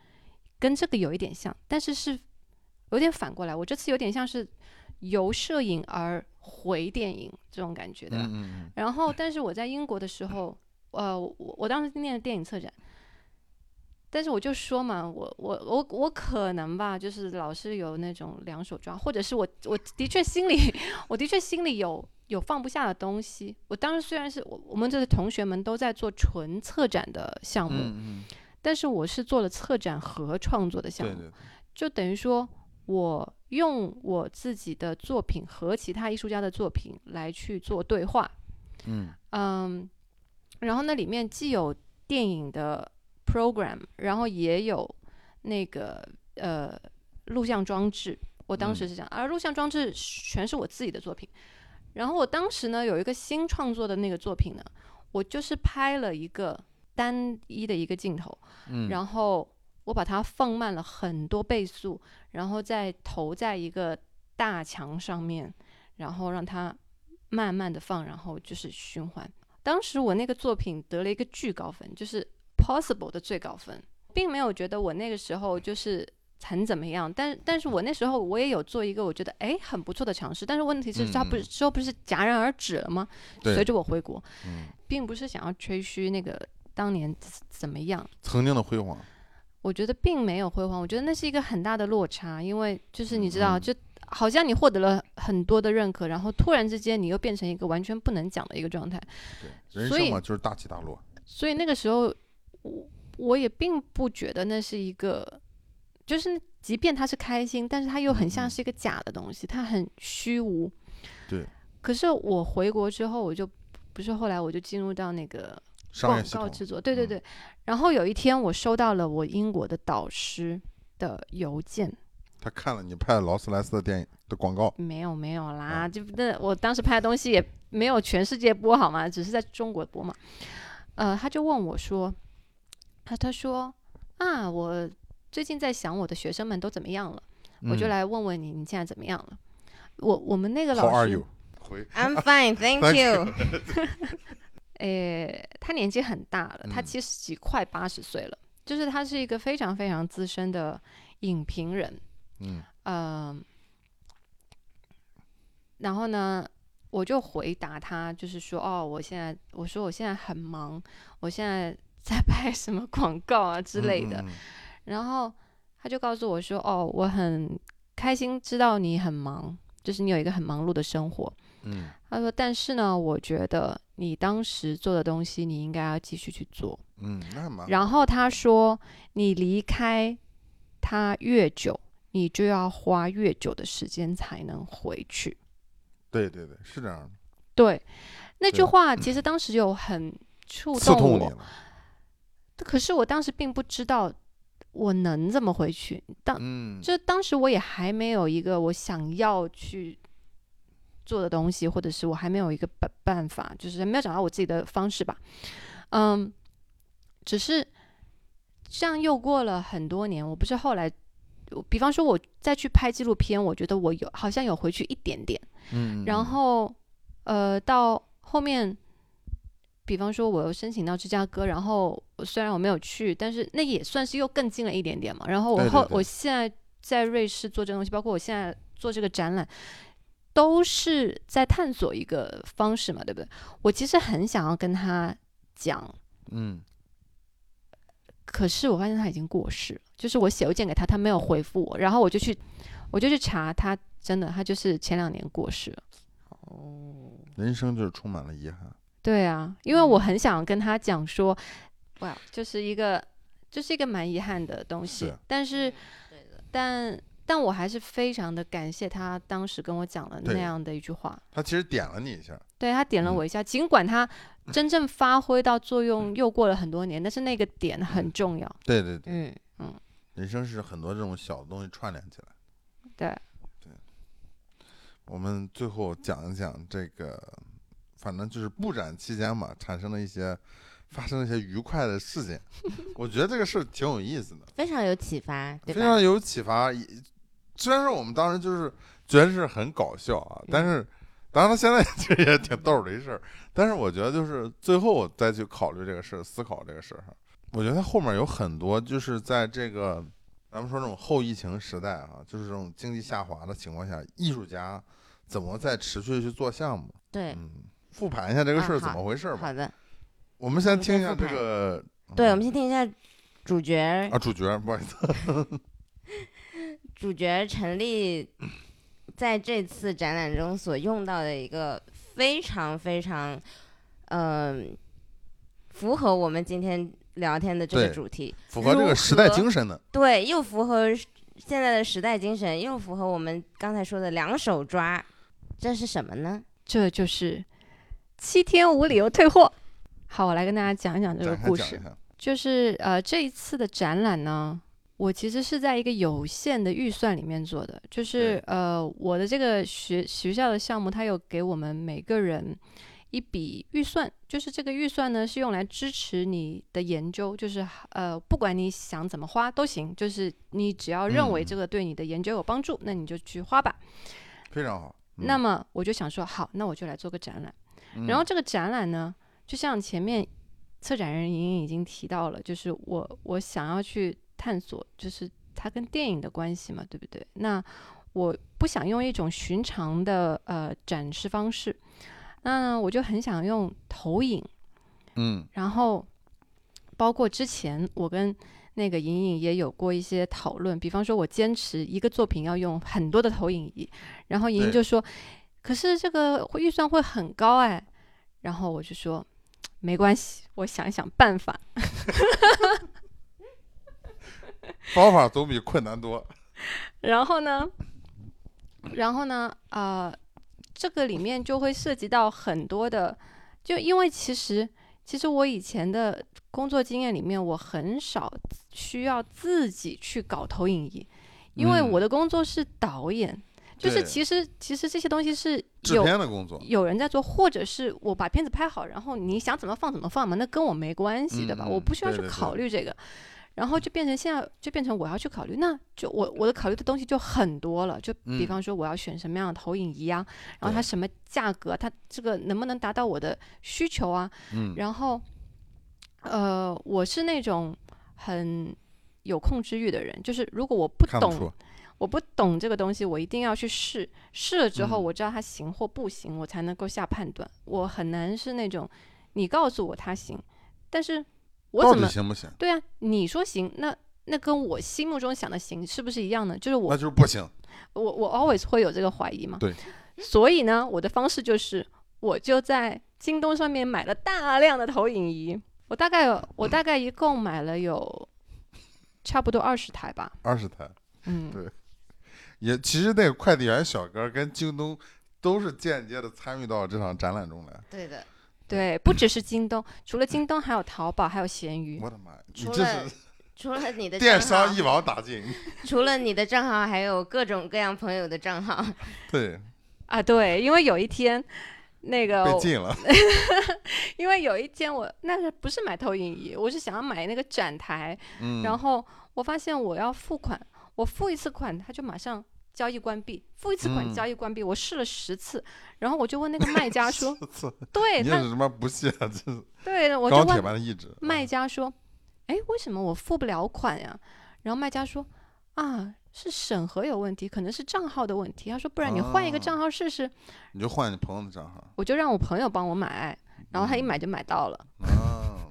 Speaker 3: 跟这个有一点像，但是是有点反过来，我这次有点像是由摄影而回电影这种感觉，对吧？
Speaker 1: 嗯嗯嗯
Speaker 3: 然后，但是我在英国的时候，呃，我我当时念的电影策展，但是我就说嘛，我我我我可能吧，就是老是有那种两手抓，或者是我我的确心里， <laughs> 我的确心里有有放不下的东西。我当时虽然是我我们这的同学们都在做纯策展的项目，
Speaker 1: 嗯嗯，
Speaker 3: 但是我是做了策展和创作的项
Speaker 1: 对
Speaker 3: 目，
Speaker 1: 对对，
Speaker 3: 就等于说我用我自己的作品和其他艺术家的作品来去做对话。
Speaker 1: 嗯
Speaker 3: 嗯，然后那里面既有电影的 program，然后也有那个呃录像装置。我当时
Speaker 1: 嗯
Speaker 3: 是这样，而录像装置全是我自己的作品。然后我当时呢有一个新创作的那个作品呢，我就是拍了一个单一的一个镜头，
Speaker 1: 嗯，
Speaker 3: 然后我把它放慢了很多倍速，然后再投在一个大墙上面，然后让它慢慢的放，然后就是循环。当时我那个作品得了一个巨高分，就是 possible 的最高分，并没有觉得我那个时候就是很怎么样，但但是我那时候我也有做一个我觉得哎很不错的尝试，但是问题是它不
Speaker 1: 嗯
Speaker 3: 是之后不是戛然而止了吗？
Speaker 1: 对
Speaker 3: 随着我回国，
Speaker 1: 嗯
Speaker 3: 并不是想要吹嘘那个当年怎么样，
Speaker 1: 曾经的辉煌，
Speaker 3: 我觉得并没有辉煌，我觉得那是一个很大的落差，因为就是你知道，
Speaker 1: 嗯
Speaker 3: 就好像你获得了很多的认可，然后突然之间你又变成一个完全不能讲的一个状态，
Speaker 1: 对，人
Speaker 3: 所
Speaker 1: 生
Speaker 3: 以
Speaker 1: 嘛就是大起大落，
Speaker 3: 所以那个时候我我也并不觉得那是一个，就是即便他是开心，但是他又很
Speaker 1: 嗯
Speaker 3: 像
Speaker 1: 嗯
Speaker 3: 是一个假的东西，它很虚无。
Speaker 1: 对。
Speaker 3: 可是我回国之后，我就不是后来我就进入到那个
Speaker 1: 商
Speaker 3: 广
Speaker 1: 业系
Speaker 3: 告
Speaker 1: 统，
Speaker 3: 制作，对对
Speaker 1: 嗯
Speaker 3: 对。然后有一天，我收到了我英国的导师的邮件，
Speaker 1: 他看了你拍的劳斯莱斯的电影的广告，
Speaker 3: 没有没有啦，
Speaker 1: 啊
Speaker 3: 就那我当时拍的东西也没有全世界播好吗？只是在中国播嘛。呃，他就问我说，他他说啊，我最近在想我的学生们都怎么样了，我就
Speaker 1: 嗯
Speaker 3: 来问问你，你现在怎么样了？我我们那个
Speaker 1: How
Speaker 3: 老
Speaker 1: are
Speaker 3: 师
Speaker 1: you？，回 <laughs>
Speaker 2: I'm fine, thank
Speaker 1: Thank
Speaker 2: you。
Speaker 3: 诶，他年纪很大了，他
Speaker 1: 嗯
Speaker 3: 其实几快八十岁了，就是他是一个非常非常资深的影评人，
Speaker 1: 嗯
Speaker 3: 嗯，然后呢，我就回答他，就是说，哦，我现在，我说我现在很忙，我现在 <laughs> 在拍什么广告啊之类的。
Speaker 1: 嗯嗯
Speaker 3: 然后他就告诉我说，哦，我很开心知道你很忙，就是你有一个很忙碌的生活。
Speaker 1: 嗯
Speaker 3: 他说，但是呢，我觉得你当时做的东西，你应该要继续去做。
Speaker 1: 嗯，嗯那蛮
Speaker 3: 然后他说，你离开他越久，你就要花越久的时间才能回去。
Speaker 1: 对对对，是这样的，
Speaker 3: 对，那句
Speaker 1: 对啊 <clears throat>
Speaker 3: 话其实当时有很触
Speaker 1: 刺
Speaker 3: 动
Speaker 1: 痛你
Speaker 3: 我，
Speaker 1: 了，
Speaker 3: 可是我当时并不知道我能怎么回去，当
Speaker 1: 嗯，
Speaker 3: 就当时我也还没有一个我想要去做的东西，或者是我还没有一个办办法，就是还没有找到我自己的方式吧。嗯，只是这样又过了很多年，我不是后来，我比方说我再去拍纪录片，我觉得我有好像有回去一点点，
Speaker 1: 嗯，
Speaker 3: 然后呃到后面。比方说，我又申请到芝加哥，然后虽然我没有去，但是那也算是又更近了一点点嘛。然后我
Speaker 1: 对对
Speaker 3: 后
Speaker 1: 对
Speaker 3: 我现在在瑞士做这个东西，包括我现在做这个展览，都是在探索一个方式嘛，对不对？我其实很想要跟他讲，
Speaker 1: 嗯
Speaker 3: 可是我发现他已经过世了，就是我写邮件给他，他没有回复我，然后我就去我就去查他，真的他就是前两年过世了。
Speaker 2: 哦，
Speaker 1: 人生就是充满了遗憾。
Speaker 3: 对啊，因
Speaker 1: 嗯
Speaker 3: 为我很想跟他讲说，哇，就是一个，就是一个蛮遗憾的东西
Speaker 1: 是。
Speaker 3: 但是
Speaker 2: 嗯，对的，
Speaker 3: 但但我还是非常的感谢他当时跟我讲了那
Speaker 1: 对
Speaker 3: 样的一句话，
Speaker 1: 他其实点了你一下，
Speaker 3: 对他点了
Speaker 1: 嗯
Speaker 3: 我一下。尽管他真正发挥到作用又过了很多年，但是那个点
Speaker 1: 嗯
Speaker 3: 很重要。
Speaker 1: 对对对，
Speaker 2: <laughs> 嗯，
Speaker 1: 人生是很多这种小的东西串联起来。
Speaker 3: 对，
Speaker 1: 我们最后讲一讲这个，反正就是布展期间嘛，产生了一些发生了一些愉快的事情。我觉得这个事儿挺有意思的，
Speaker 2: 非常有启发，对
Speaker 1: 非
Speaker 2: 吧？
Speaker 1: 常有启发。也虽然说我们当时就是觉得是很搞笑啊，
Speaker 2: 嗯
Speaker 1: 但是当然了，现在 <laughs> 其实也挺逗儿的一事儿。但是我觉得就是最后再去考虑这个事儿，思考这个事儿上，我觉得它后面有很多就是在这个咱们说这种后疫情时代啊，就是这种经济下滑的情况下，艺术家怎么在持续地去做项目？
Speaker 2: 对，
Speaker 1: 嗯，复盘一下这个
Speaker 2: 啊
Speaker 1: 事儿怎
Speaker 2: 好
Speaker 1: 么回事儿吧。
Speaker 2: 好的，
Speaker 1: 我们先
Speaker 2: 们
Speaker 1: 听
Speaker 2: 先
Speaker 1: 一下
Speaker 2: 复
Speaker 1: 这
Speaker 2: 盘
Speaker 1: 个，
Speaker 2: 对，我
Speaker 1: 嗯
Speaker 2: 们先听一下主角
Speaker 1: 啊，主角，不好意思，
Speaker 2: 主角陈立在这次展览中所用到的一个非常非常，嗯、符合我们今天聊天的这个
Speaker 1: 对
Speaker 2: 主题，
Speaker 1: 符合这个时代
Speaker 2: 如何
Speaker 1: 精神的，
Speaker 2: 对，又符合现在的时代精神，又符合我们刚才说的两手抓，这是什么呢？
Speaker 3: 这就是七天无理由退货。好，我来跟大家讲一讲这个
Speaker 1: 展开
Speaker 3: 故
Speaker 1: 讲
Speaker 3: 事
Speaker 1: 一。下。
Speaker 3: 就是呃，这一次的展览呢，我其实是在一个有限的预算里面做的。就是呃，我的这个学学校的项目，它有给我们每个人一笔预算，就是这个预算呢是用来支持你的研究，就是呃，不管你想怎么花都行，就是你只要认为
Speaker 1: 嗯
Speaker 3: 这个对你的研究有帮助，那你就去花吧。
Speaker 1: 非常好。嗯
Speaker 3: 那么我就想说，好，那我就来做个展览。然后这个展览呢，就像前面策展人莹莹已经提到了，就是我我想要去探索，就是它跟电影的关系嘛，对不对？那我不想用一种寻常的呃展示方式，那我就很想用投影，
Speaker 1: 嗯，
Speaker 3: 然后包括之前我跟那个莹莹也有过一些讨论，比方说我坚持一个作品要用很多的投影仪，然后莹莹
Speaker 1: 对
Speaker 3: 就说：“可是这个会预算会很高哎。”然后我就说：“没关系，我想想办法。
Speaker 1: 方法总比困难多。”
Speaker 3: 然后呢，然后呢，呃，这个里面就会涉及到很多的，就因为其实其实我以前的工作经验里面，我很少需要自己去搞投影仪，因为
Speaker 1: 嗯
Speaker 3: 我的工作是导演，就是
Speaker 1: 对
Speaker 3: 其实其实这些东西是
Speaker 1: 制
Speaker 3: 有
Speaker 1: 片的工作，
Speaker 3: 有人在做，或者是我把片子拍好，然后你想怎么放怎么放嘛，那跟我没关系，
Speaker 1: 嗯
Speaker 3: 对吧？
Speaker 1: 嗯
Speaker 3: 我不需要
Speaker 1: 对
Speaker 3: 去
Speaker 1: 对对
Speaker 3: 考虑这个，然后就变成现在就变成我要去考虑，那就我我的考虑的东西就很多了，就比
Speaker 1: 嗯
Speaker 3: 方说我要选什么样的投影仪啊，然后它
Speaker 1: 对
Speaker 3: 什么价格，啊它这个能不能达到我的需求啊？
Speaker 1: 嗯，
Speaker 3: 然后，呃，我是那种很有控制欲的人，就是如果我不
Speaker 1: 看不
Speaker 3: 懂
Speaker 1: 出，
Speaker 3: 我不懂这个东西，我一定要去试，试了之后
Speaker 1: 嗯
Speaker 3: 我知道它行或不行，我才能够下判断。我很难是那种你告诉我它行，但是我
Speaker 1: 到
Speaker 3: 怎
Speaker 1: 底
Speaker 3: 么
Speaker 1: 行不行？
Speaker 3: 对啊？你说行，那那跟我心目中想的行是不是一样呢？就是
Speaker 1: 那
Speaker 3: 我
Speaker 1: 就是不行。
Speaker 3: 我我 always 会有这个怀疑嘛。
Speaker 1: 呃对，
Speaker 3: 所以呢，我的方式就是我就在京东上面买了大量的投影仪，我大概有我大概一共买了有差不多二十台吧。
Speaker 1: 二十台
Speaker 3: 嗯，
Speaker 1: 对也，其实那个快递员小哥跟京东都是间接的参与到这场展览中来。
Speaker 2: 对的，
Speaker 3: 对，不只是京东，除了京东，还有淘宝，还有闲鱼。
Speaker 1: 我的妈呀，你
Speaker 2: 除
Speaker 1: 这
Speaker 2: 了
Speaker 1: 是
Speaker 2: 除了你的
Speaker 1: <laughs> 电
Speaker 2: 账号
Speaker 1: 商一网打尽。
Speaker 3: 嗯
Speaker 2: 除了你的账号，还有各种各样朋友的账号。
Speaker 1: <laughs> 对，
Speaker 3: 啊，对，因为有一天，那个
Speaker 1: 被
Speaker 3: 我
Speaker 1: 禁了。
Speaker 3: 因为有一天我那个不是买投影仪，我是想要买那个展台，
Speaker 1: 嗯，
Speaker 3: 然后我发现我要付款，我付一次款它就马上交易关闭，付一次款
Speaker 1: 嗯
Speaker 3: 交易关闭，我试了十次，然后我就问那个卖家说，对
Speaker 1: 你
Speaker 3: 他
Speaker 1: 这是什么不屑？啊 <laughs> 这是
Speaker 3: 对，哎我就
Speaker 1: 钢铁
Speaker 3: 问嗯
Speaker 1: 般的意志。
Speaker 3: 卖家说，哎，为什么我付不了款呀？然后卖家说，啊，是审核有问题，可能是账号的问题。他说，不然你换一个账号试试，
Speaker 1: 你就换你朋友的账
Speaker 3: <laughs>
Speaker 1: 号。
Speaker 3: 我就让我朋友帮我买，然后他一
Speaker 1: 嗯
Speaker 3: 买就买到了。，
Speaker 1: 啊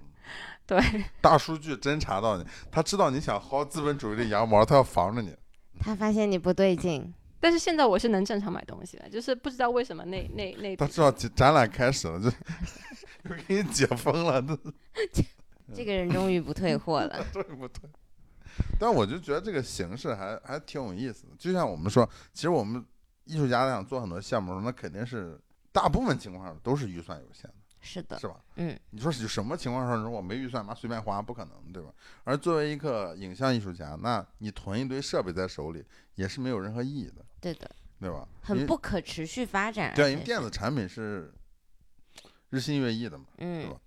Speaker 3: 对，
Speaker 1: 大数据侦查到你，他知道你想薅资本主义的羊毛，他要防着你。
Speaker 2: 他发现你不对劲，
Speaker 3: 但是现在我是能正常买东西了，就是不知道为什么那那那
Speaker 1: 他知道展展览开始了，就就给你解封了，那嗯
Speaker 2: 这个人终于不退
Speaker 1: <laughs>
Speaker 2: 货了。
Speaker 1: 对不对？但我就觉得这个形式还还挺有意思的。就像我们说，其实我们艺术家想做很多项目，那肯定是大部分情况下都是预算有限的，
Speaker 2: 是的，
Speaker 1: 是吧？
Speaker 2: 嗯，
Speaker 1: 你说是什么情况下说我没预算，妈随便花，不可能，对吧？而作为一个影像艺术家，那你囤一堆设备在手里也是没有任何意义的，
Speaker 2: 对的，
Speaker 1: 对吧？因
Speaker 2: 很
Speaker 1: 为
Speaker 2: 不可持续发展。
Speaker 1: 对啊，
Speaker 2: 而
Speaker 1: 因
Speaker 2: 且
Speaker 1: 为电子产品是日新月异的嘛。
Speaker 2: 嗯
Speaker 1: 吧，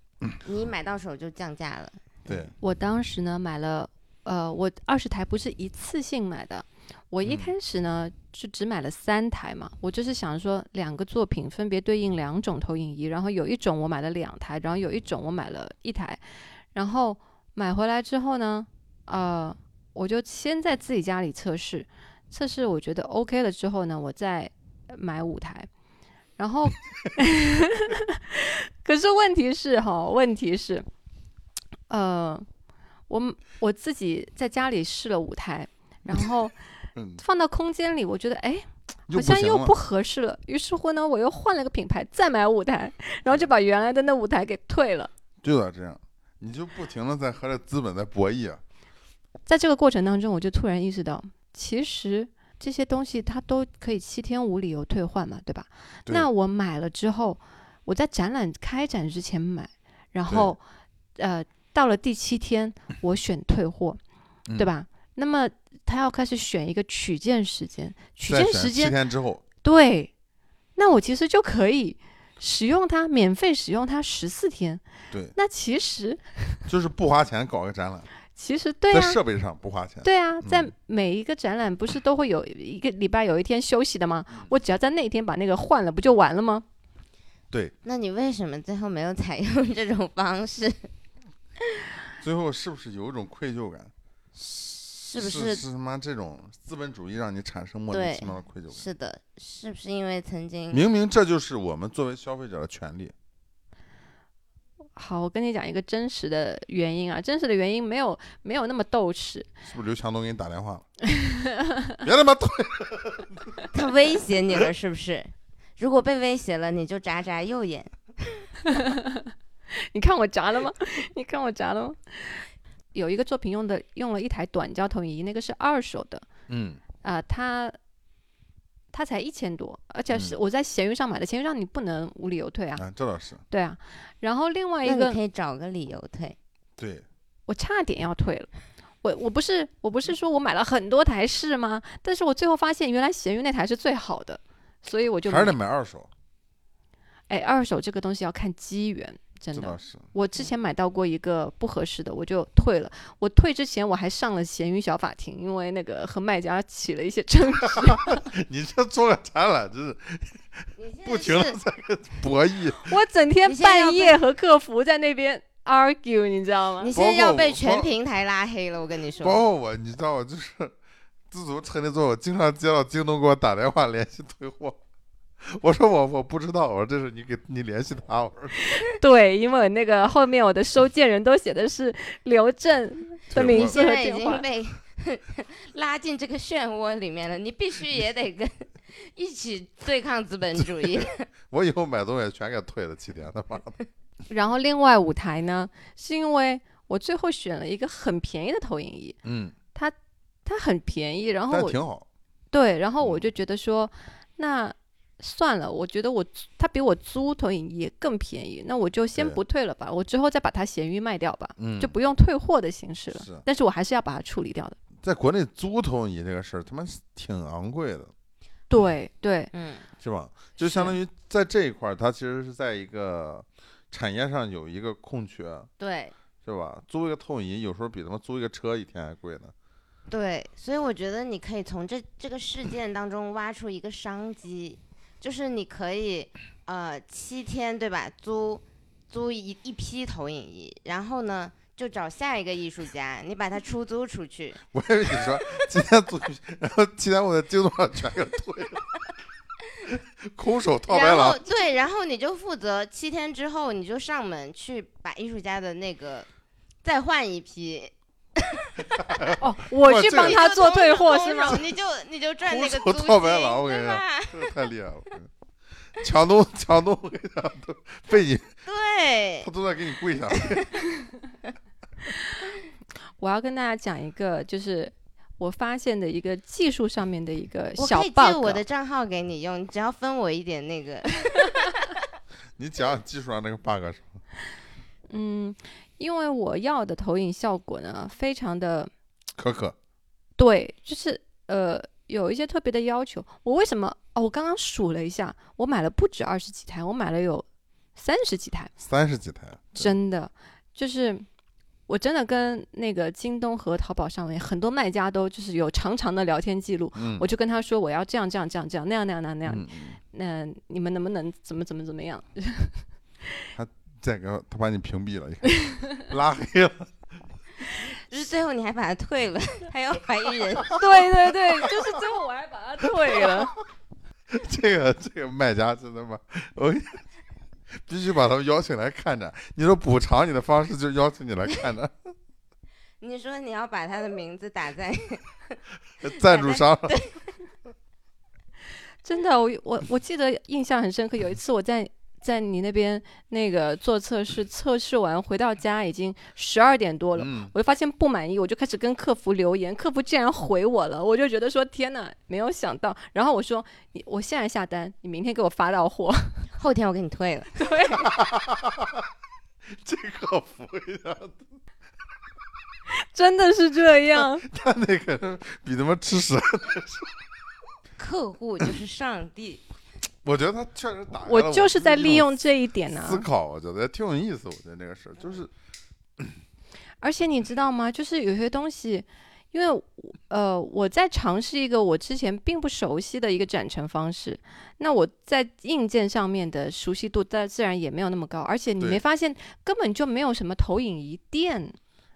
Speaker 2: 你买到手就降价了。
Speaker 1: 对，
Speaker 3: 我当时呢买了，呃，我二十台不是一次性买的，我一
Speaker 1: 嗯
Speaker 3: 开始呢、就只买了三台嘛，我就是想说两个作品分别对应两种投影仪，然后有一种我买了两台，然后有一种我买了一台，然后买回来之后呢，呃，我就先在自己家里测试，测试我觉得 OK 了之后呢，我再买五台。然后， <laughs> 可是问题是哈，问题是，呃，我们我自己在家里试了五台，然
Speaker 1: <laughs>
Speaker 3: 后
Speaker 1: 嗯，
Speaker 3: 放到空间里，我觉得哎，
Speaker 1: 又
Speaker 3: 好
Speaker 1: 不
Speaker 3: 像
Speaker 1: 行
Speaker 3: 又
Speaker 1: 了
Speaker 3: 不合适了。于是乎呢，我又换了个品牌，再买五台，然后就把原来的那五台给退了。
Speaker 1: 就得这样，你就不停的在和这资本在博弈啊。
Speaker 3: 在这个过程当中，我就突然意识到，其实这些东西它都可以七天无理由退换嘛，对吧？
Speaker 1: 对
Speaker 3: 那我买了之后，我在展览开展之前买，然后呃，到了第七天我选退货，
Speaker 1: <clears throat> 嗯
Speaker 3: 对吧？那么他要开始选一个取件时间，取
Speaker 1: 再
Speaker 3: 件
Speaker 1: 选
Speaker 3: 时
Speaker 1: 七
Speaker 3: 间
Speaker 1: 天之后，
Speaker 3: 对，那我其实就可以使用它，免费使用它十四天。
Speaker 1: 对，
Speaker 3: 那其实
Speaker 1: 就是不花钱搞个展览，
Speaker 3: 其实对
Speaker 1: 在
Speaker 3: 啊，
Speaker 1: 设备上不花钱。
Speaker 3: 对啊，在
Speaker 1: 嗯
Speaker 3: 每一个展览不是都会有一个礼拜有一天休息的吗？我只要在那一天把那个换了，不就完了吗？
Speaker 2: 那你为什么最后没有采
Speaker 1: <laughs>
Speaker 2: 用这种方式？
Speaker 1: 最后是不是有一种愧疚感？
Speaker 2: 是不
Speaker 1: 是
Speaker 2: 是？
Speaker 1: 他妈这种资本主义让你产生莫名
Speaker 2: 对
Speaker 1: 其妙的愧疚感？
Speaker 2: 是的，是不是因为曾经
Speaker 1: 明明这就是我们作为消费者的权利。
Speaker 3: 好，我跟你讲一个真实的原因啊，真实的原因没有没有那么斗齿，
Speaker 1: 是不是刘强东给你打电话了？别他妈退！
Speaker 2: 他威胁你了？是不是？如果被威胁了，你就眨眨右眼。
Speaker 3: 你看我炸了吗？ <laughs> 你看我炸了吗？有一个作品用的用了一台短焦投影仪，那个是二手的，
Speaker 1: 嗯，
Speaker 3: 啊、它它才一千多，而且是我在闲鱼上买的，闲鱼上你不能无理由退啊，
Speaker 1: 啊，这倒是
Speaker 3: 对啊。然后另外
Speaker 2: 那
Speaker 3: 一
Speaker 2: 你
Speaker 3: 个
Speaker 2: 可，以找个理由退。
Speaker 1: 对，
Speaker 3: 我差点要退了。我我不是我不是
Speaker 1: 嗯
Speaker 3: 说我买了很多台是吗？但是我最后发现原来闲鱼那台是最好的，所以我就
Speaker 1: 还是得
Speaker 3: 买
Speaker 1: 买二手，
Speaker 3: 哎二手这个东西要看机缘，真
Speaker 1: 这
Speaker 3: 的
Speaker 1: 倒。是。嗯
Speaker 3: 我之前买到过一个不合适的，我就退了。我退之前我还上了闲鱼小法庭，因为那个和卖家起了一些争执。
Speaker 1: 你这做个展览，真是不停的在博弈，
Speaker 3: 我整天
Speaker 2: 你现在要
Speaker 3: 半夜和客服在那边 argue，你知道吗
Speaker 2: 你？现在要被
Speaker 1: 包
Speaker 2: 全
Speaker 1: 括
Speaker 2: 平台拉黑了，我跟你说。
Speaker 1: 包括我，你知道我就是，自从成立之后，我经常接到京东给我打电话联系退货。我说我我不知道，我说这是你给你联系他，我说
Speaker 3: <laughs> 对，因为那个后面我的收件人都写的是刘正的
Speaker 1: 对
Speaker 3: 名
Speaker 1: 我
Speaker 3: 字
Speaker 2: 现
Speaker 3: 和
Speaker 2: 在已
Speaker 3: 电话
Speaker 2: 经。被 <laughs> 拉进这个漩涡里面了，你必须也得跟 <laughs> 一起对抗资本主义。
Speaker 1: 我以后买东西全给退了，七天他妈的，
Speaker 3: 然后另外五台呢，是因为我最后选了一个很便宜的投影仪，
Speaker 1: 嗯，
Speaker 3: 它很便宜，然后
Speaker 1: 但
Speaker 3: 哦我
Speaker 1: 挺好，
Speaker 3: 对，然后我
Speaker 1: 嗯
Speaker 3: 就觉得说，那算了，我觉得我它比我租投影仪更便宜，那我就先
Speaker 1: 对
Speaker 3: 不退了吧，我之后再把它闲鱼卖掉吧，
Speaker 1: 嗯，
Speaker 3: 就不用退货的形式了。
Speaker 1: 是
Speaker 3: 但是我还是要把它处
Speaker 1: <laughs>
Speaker 3: 理掉的。
Speaker 1: 在国内租投影仪这个事儿，他妈是挺昂贵的，
Speaker 3: 对对，
Speaker 2: 嗯，
Speaker 1: 是吧？就是相当于在这一块儿，它其实是在一个产业上有一个空缺，
Speaker 2: 对
Speaker 1: 是吧？租一个投影仪，有时候比他妈租一个车一天还贵呢。
Speaker 2: 对，所以我觉得你可以从这这个事件当中挖出一个商机，就是你可以呃七天对吧，租租一一批投影仪，然后呢就找下一个艺术家，你把它出租出去，
Speaker 1: 我以为你说今天租，然后今天我的京东上全给退了，空手 <laughs> 套白
Speaker 2: 然后
Speaker 1: 狼。
Speaker 2: 对，然后你就负责七天之后你就上门去把艺术家的那个再换一
Speaker 3: <laughs>
Speaker 2: 批，
Speaker 1: <laughs>
Speaker 3: 哦，我去
Speaker 1: 这
Speaker 3: 帮
Speaker 1: 个
Speaker 3: 他做退货是吗？？
Speaker 2: 你就你就赚那
Speaker 1: 空
Speaker 2: 个
Speaker 1: 手
Speaker 2: 租金，
Speaker 1: 套白狼我跟
Speaker 2: 对
Speaker 1: 你
Speaker 2: 吧？
Speaker 1: 这个太厉害了！嗯强东，强东，我跟你讲，都被你
Speaker 2: 对
Speaker 1: 他，都在给你跪下了。 <laughs>
Speaker 3: 我要跟大家讲一个，就是我发现的一个技术上面的一个
Speaker 2: 我
Speaker 3: 小
Speaker 2: 可以
Speaker 3: bug
Speaker 2: 借我的账号给你用，你只要分我一点那 <laughs> 个。
Speaker 1: 你讲讲技术上那个 bug 是吧
Speaker 3: 嗯，因为我要的投影效果呢，非常的
Speaker 1: 可可，
Speaker 3: 对，就是呃，有一些特别的要求。我为什么？哦，我刚刚数了一下，我买了不止二十几台，我买了有三十几台，
Speaker 1: 三十几台，对
Speaker 3: 真的，就是我真的跟那个京东和淘宝上面很多卖家都就是有长长的聊天记录，
Speaker 1: 嗯
Speaker 3: 我就跟他说我要这样这样这样这样那样那样那样那样，
Speaker 1: 嗯嗯
Speaker 3: 那你们能不能怎么怎么怎么样？
Speaker 1: 再给我他把你屏蔽了，你看拉黑了。
Speaker 2: 就是最后你还把它退了， <laughs> 还要怀疑 <laughs> 人。
Speaker 3: <laughs> 对对 <laughs> 对，就是最后我还把它退 <laughs> 了。
Speaker 1: 这个这个卖家真的吗？我跟你讲必须把他们邀请来看展。你说补偿你的方式就是邀请你来看
Speaker 2: <laughs>
Speaker 1: 展，
Speaker 2: 你说你要把他的名字打在，
Speaker 1: 赞助商
Speaker 3: 真的，我我我记得印象很深刻，有一次我在。在你那边那个做测试，测试完回到家已经十二点多了，
Speaker 1: 嗯，
Speaker 3: 我就发现不满意，我就开始跟客服留言，客服竟然回我了，我就觉得说天哪，没有想到。然后我说你，我现在下单，你明天给我发到货。
Speaker 2: <laughs>
Speaker 3: <laughs>
Speaker 2: 后天我给你退了。
Speaker 1: 这个服呀，
Speaker 3: 真的是这
Speaker 1: <laughs>
Speaker 3: 样，
Speaker 1: 他那个比他妈吃屎。
Speaker 2: 客户就是上 <laughs> 帝，
Speaker 1: 我觉得他确实打开了
Speaker 3: 我就是在利用
Speaker 1: 这
Speaker 3: 这一点呢、啊
Speaker 1: 种思考，我觉得也挺有意思。我觉得这个事儿就是
Speaker 3: 而且你知道吗？就是有些东西，因为呃，我在尝试一个我之前并不熟悉的一个展陈方式，那我在硬件上面的熟悉度，但自然也没有那么高。而且你
Speaker 1: 对
Speaker 3: 没发现，根本就没有什么投影仪店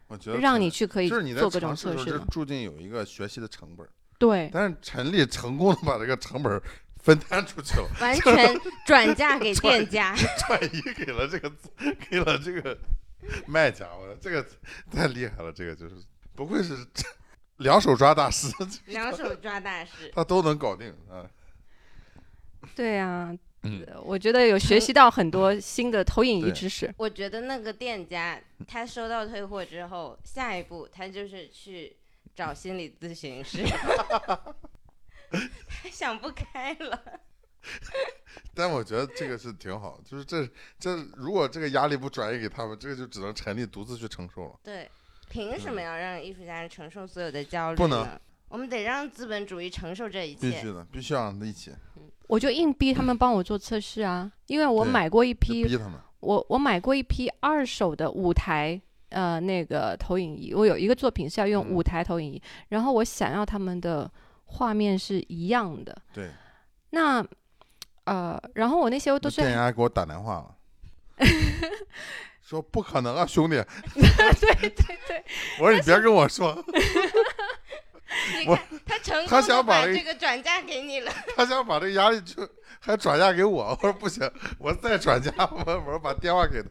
Speaker 1: 我觉得
Speaker 3: 让你
Speaker 1: 挺
Speaker 3: 去可以
Speaker 1: 就是你在
Speaker 3: 做各种
Speaker 1: 尝试
Speaker 3: 测
Speaker 1: 的时候
Speaker 3: 试
Speaker 1: 就
Speaker 3: 的。
Speaker 1: 注定有一个学习的成本儿，
Speaker 3: 对，
Speaker 1: 但是陈丽成功的把这个成本儿分摊出去了。 <laughs>
Speaker 2: 完全转嫁给店 <laughs> 家。
Speaker 1: 转移给了这个，给了这个卖家，我这个太厉害了，这个就是不愧是这两手抓大师， <laughs>
Speaker 2: 两手抓大师，
Speaker 1: 他都能搞定啊。
Speaker 3: 对啊，
Speaker 1: 嗯
Speaker 3: 呃我觉得有学习到很多新的投影
Speaker 1: 对
Speaker 3: 仪知识。
Speaker 2: 我觉得那个店家他收到退货之后，下一步他就是去找心理咨询 <laughs> 师，他想不开了。
Speaker 1: 但我觉得这个是挺好，就是这这如果这个压力不转移给他们，这个就只能陈丽独自去承受了。
Speaker 2: 对，凭什么要让艺术家承受所有的焦虑
Speaker 1: 嗯不能
Speaker 2: 呢我们得让资本主义承受这一
Speaker 1: 必
Speaker 2: 切
Speaker 1: 须。的，必须要让他一起，
Speaker 3: 我就硬逼他们帮我做测试啊，因为我
Speaker 1: 对
Speaker 3: 买过一
Speaker 1: 就
Speaker 3: 批
Speaker 1: 逼他们。
Speaker 3: 我我买过一批二手的舞台呃那个投影仪，我有一个作品是要用
Speaker 1: 嗯
Speaker 3: 舞台投影仪，然后我想要他们的画面是一样的。
Speaker 1: 对，
Speaker 3: 那呃，然后我那些都
Speaker 1: 那
Speaker 3: 是
Speaker 1: 店家还给我打电话
Speaker 3: <laughs>
Speaker 1: 了，说不可能啊，兄弟！
Speaker 3: 对对对，
Speaker 1: 我说你别跟我说，
Speaker 2: 你
Speaker 1: 我
Speaker 2: 看，他成
Speaker 1: 他
Speaker 2: 功
Speaker 1: 想
Speaker 2: 的
Speaker 1: 把
Speaker 2: 把
Speaker 1: 这
Speaker 2: 这个转嫁给你了。
Speaker 1: 他想把这个压力就还转嫁给我，我说不行，我再转嫁，我我说把电话给他，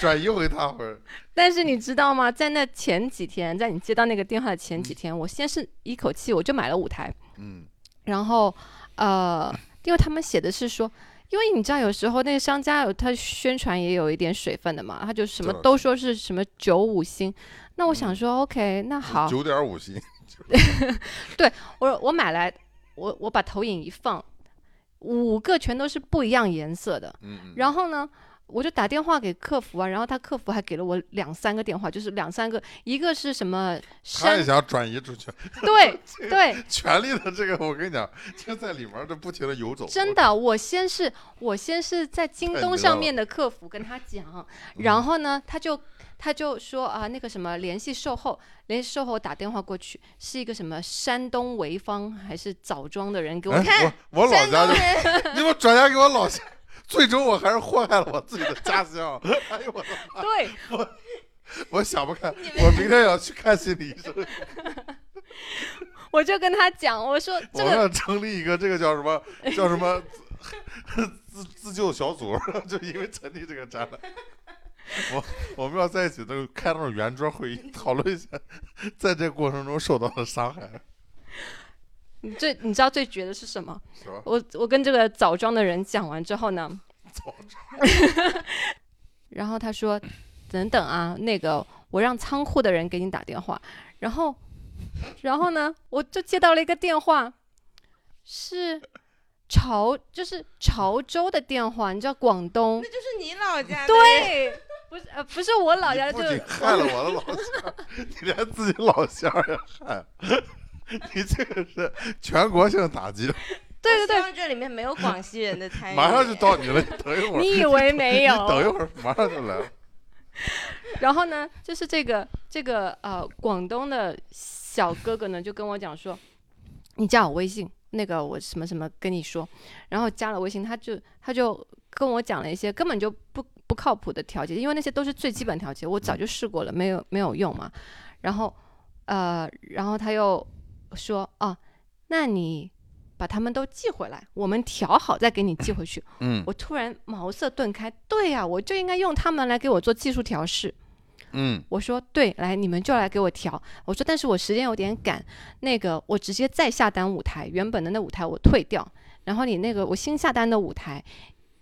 Speaker 1: 转移回他，我说
Speaker 3: 但是你知道吗？在那前几天，在你接到那个电话的前几天，我先是一口气我就买了舞台，
Speaker 1: 嗯，
Speaker 3: 然后呃，因为他们写的是说。因为你知道，有时候那个商家有他宣传也有一点水分的嘛，他就什么
Speaker 1: 这倒是
Speaker 3: 都说是什么九五星，那我想
Speaker 1: 嗯
Speaker 3: 说、OK，那好，
Speaker 1: 九点五星，
Speaker 3: 我我买来，我我把投影一放，五个全都是不一样颜色的。
Speaker 1: 嗯嗯，
Speaker 3: 然后呢，我就打电话给客服啊，然后他客服还给了我两三个电话，就是两三个，一个是什么
Speaker 1: 他也
Speaker 3: 深，
Speaker 1: 想转移出去， <laughs>
Speaker 3: 对对，
Speaker 1: 权力的这个，我跟你讲，就在里面儿这不停的游走。
Speaker 3: 真的，我先是我先是在京
Speaker 1: 太
Speaker 3: 东
Speaker 1: 牛
Speaker 3: 上
Speaker 1: 了
Speaker 3: 面的客服跟他讲，
Speaker 1: 嗯
Speaker 3: 然后呢，他就他就说啊，那个什么联系售后，联系售后打电话过去，是一个什么山东潍坊还是枣庄的人给我
Speaker 1: 哎，
Speaker 3: 打，
Speaker 1: 我我老
Speaker 2: 山
Speaker 1: 家
Speaker 2: 东
Speaker 1: 就
Speaker 2: 人
Speaker 1: 你们转嫁给我老乡，最终我还是祸害了我自己的家乡。 <laughs> 哎呦我的，
Speaker 3: 对，
Speaker 1: 我想不开，我明天要去看心理医生。
Speaker 3: 我就跟他讲，我说
Speaker 1: 我
Speaker 3: 这
Speaker 1: 们
Speaker 3: 个
Speaker 1: 要成立一个这个叫什么叫什么 <laughs> 自自自救小组，就因为成立这个展览。 <laughs> 我我们要在一起，都开那种圆桌会议，讨论一下在这过程中受到的伤害，
Speaker 3: 你最你知道最绝的是什么？
Speaker 1: 是吧？
Speaker 3: 我我跟这个枣庄的人讲完之后呢，
Speaker 1: 操，
Speaker 3: <laughs> 然后他说：“等等啊，那个我让仓库的人给你打电话。”然后，然后呢，我就接到了一个电话，是潮，就是潮州的电话，你知道广东
Speaker 2: 那？就是你老家的人，
Speaker 3: 对，不是呃，不是我老家，
Speaker 1: 你不
Speaker 3: 就
Speaker 1: 仅
Speaker 3: 是
Speaker 1: 害了我的老乡， <laughs> 你连自己老乡也害， <laughs> 你这个是全国性打击，
Speaker 2: 我希
Speaker 3: 对对对，
Speaker 2: 望这里面没有广西人的参与。
Speaker 1: 马上就到你了，你等一会儿，
Speaker 3: 哎你以为没有？
Speaker 1: 你等一会儿，马上就来了。
Speaker 3: 然后呢，就是这个这个呃，广东的小哥哥呢，就跟我讲说，你加我微信，那个我什么什么跟你说，然后加了微信，他就他就跟我讲了一些根本就不不靠谱的调节，因为那些都是最基本调节，我早就试过了，没有没有用嘛。然后呃，然后他又说，哦、那你。把他们都寄回来，我们调好再给你寄回去。
Speaker 1: 嗯
Speaker 3: 我突然茅塞顿开，对呀、我就应该用他们来给我做技术调试。
Speaker 1: 嗯，
Speaker 3: 我说对，来你们就来给我调。我说但是我时间有点赶，那个我直接再下单五台，原本的那五台我退掉，然后你那个我新下单的五台。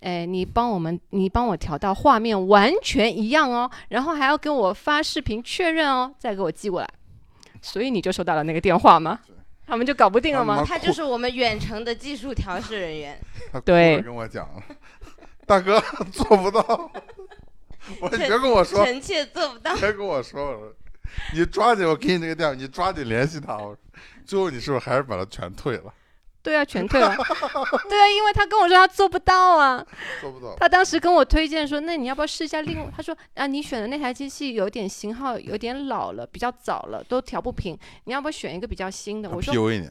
Speaker 3: 哎，你帮我们，你帮我调到画面完全一样哦，然后还要跟我发视频确认哦，再给我寄过来。所以你就收到了那个电话吗
Speaker 1: 对？
Speaker 3: 他们就搞不定了
Speaker 1: 他
Speaker 3: 吗？
Speaker 1: 们
Speaker 2: 他就是我们远程的技术调试人员，
Speaker 1: 他哭
Speaker 3: 对
Speaker 1: 着跟我讲了，大哥做不到， <laughs> 我你别跟我 <laughs> 说，
Speaker 2: 臣妾做不到。
Speaker 1: 别跟我说，我说你抓紧，我给你这个电话，你抓紧联系他。我说，最后你是不是还是把他全退了？
Speaker 3: 对啊，全
Speaker 1: <laughs>
Speaker 3: 退了。对啊，因为他跟我说他做不到啊。
Speaker 1: 做不到，
Speaker 3: 他当时跟我推荐说，那你要不要试一下另外？他说啊，你选的那台机器有点型号有点老了，比较早了，都调不平，你要不要选一个比较新的？我说
Speaker 1: PUA 你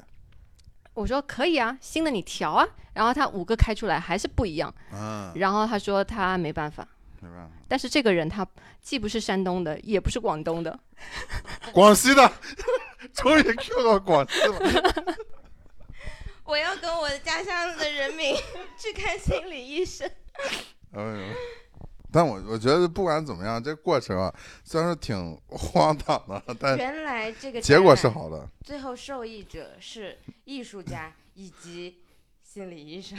Speaker 3: 我说可以啊，新的你调啊。然后他五个开出来还是不一样，
Speaker 1: 啊，
Speaker 3: 然后他说他没办法。
Speaker 1: 没办法，
Speaker 3: 但是这个人他既不是山东的，也不是广东的，
Speaker 1: 广西的 <laughs> 终于 Q 到广西了，
Speaker 2: 我要跟我的家乡的人民 <laughs> 去看心理医生。
Speaker 1: 哎呦。但我我觉得不管怎么样，这过程啊，虽然说挺荒唐的， <laughs> 但
Speaker 2: 原来这个
Speaker 1: 呃结果是
Speaker 2: 展览，
Speaker 1: 好的。
Speaker 2: 最后受益者是艺术家以及心理医生。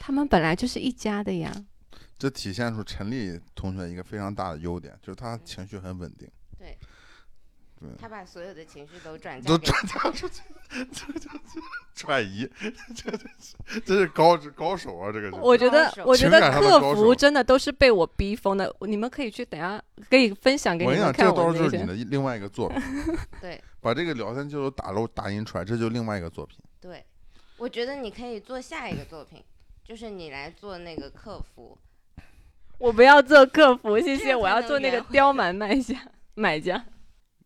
Speaker 3: 他们本来就是一家的呀。
Speaker 1: 这体现出陈丽同学一个非常大的优点，就是她情绪很稳定，
Speaker 2: 他把所有的情绪都
Speaker 3: 嗯
Speaker 2: 转
Speaker 1: 都
Speaker 2: 嫁给
Speaker 1: 转嫁出去， <laughs> 这这这转移，这这这是高高手啊！这个
Speaker 3: 我觉得
Speaker 2: 高手
Speaker 3: 我觉
Speaker 1: 情
Speaker 3: 得
Speaker 1: 感上的
Speaker 3: 客
Speaker 1: 高
Speaker 3: 服
Speaker 1: 手
Speaker 3: 真的都是被我逼疯的。你们可以去等下可以分享给
Speaker 1: 我
Speaker 3: 你
Speaker 1: 跟你
Speaker 3: 们
Speaker 1: 讲，这
Speaker 3: 看
Speaker 1: 到
Speaker 3: 我
Speaker 1: 时候就是你
Speaker 3: 些。
Speaker 1: 的另外一个
Speaker 3: <laughs>
Speaker 1: 作品，
Speaker 2: 对
Speaker 1: 把这个聊天记录打漏打印出来，这就另外一个作品。
Speaker 2: 对，我觉得你可以做下一个作品，就是你来做那个客服。
Speaker 3: 我不要做客服，谢
Speaker 2: 这
Speaker 3: 谢，
Speaker 2: 样
Speaker 3: 我
Speaker 2: 才
Speaker 3: 要
Speaker 2: 能
Speaker 3: 做那个
Speaker 2: 圆回
Speaker 3: 刁蛮卖家 <laughs> 买家。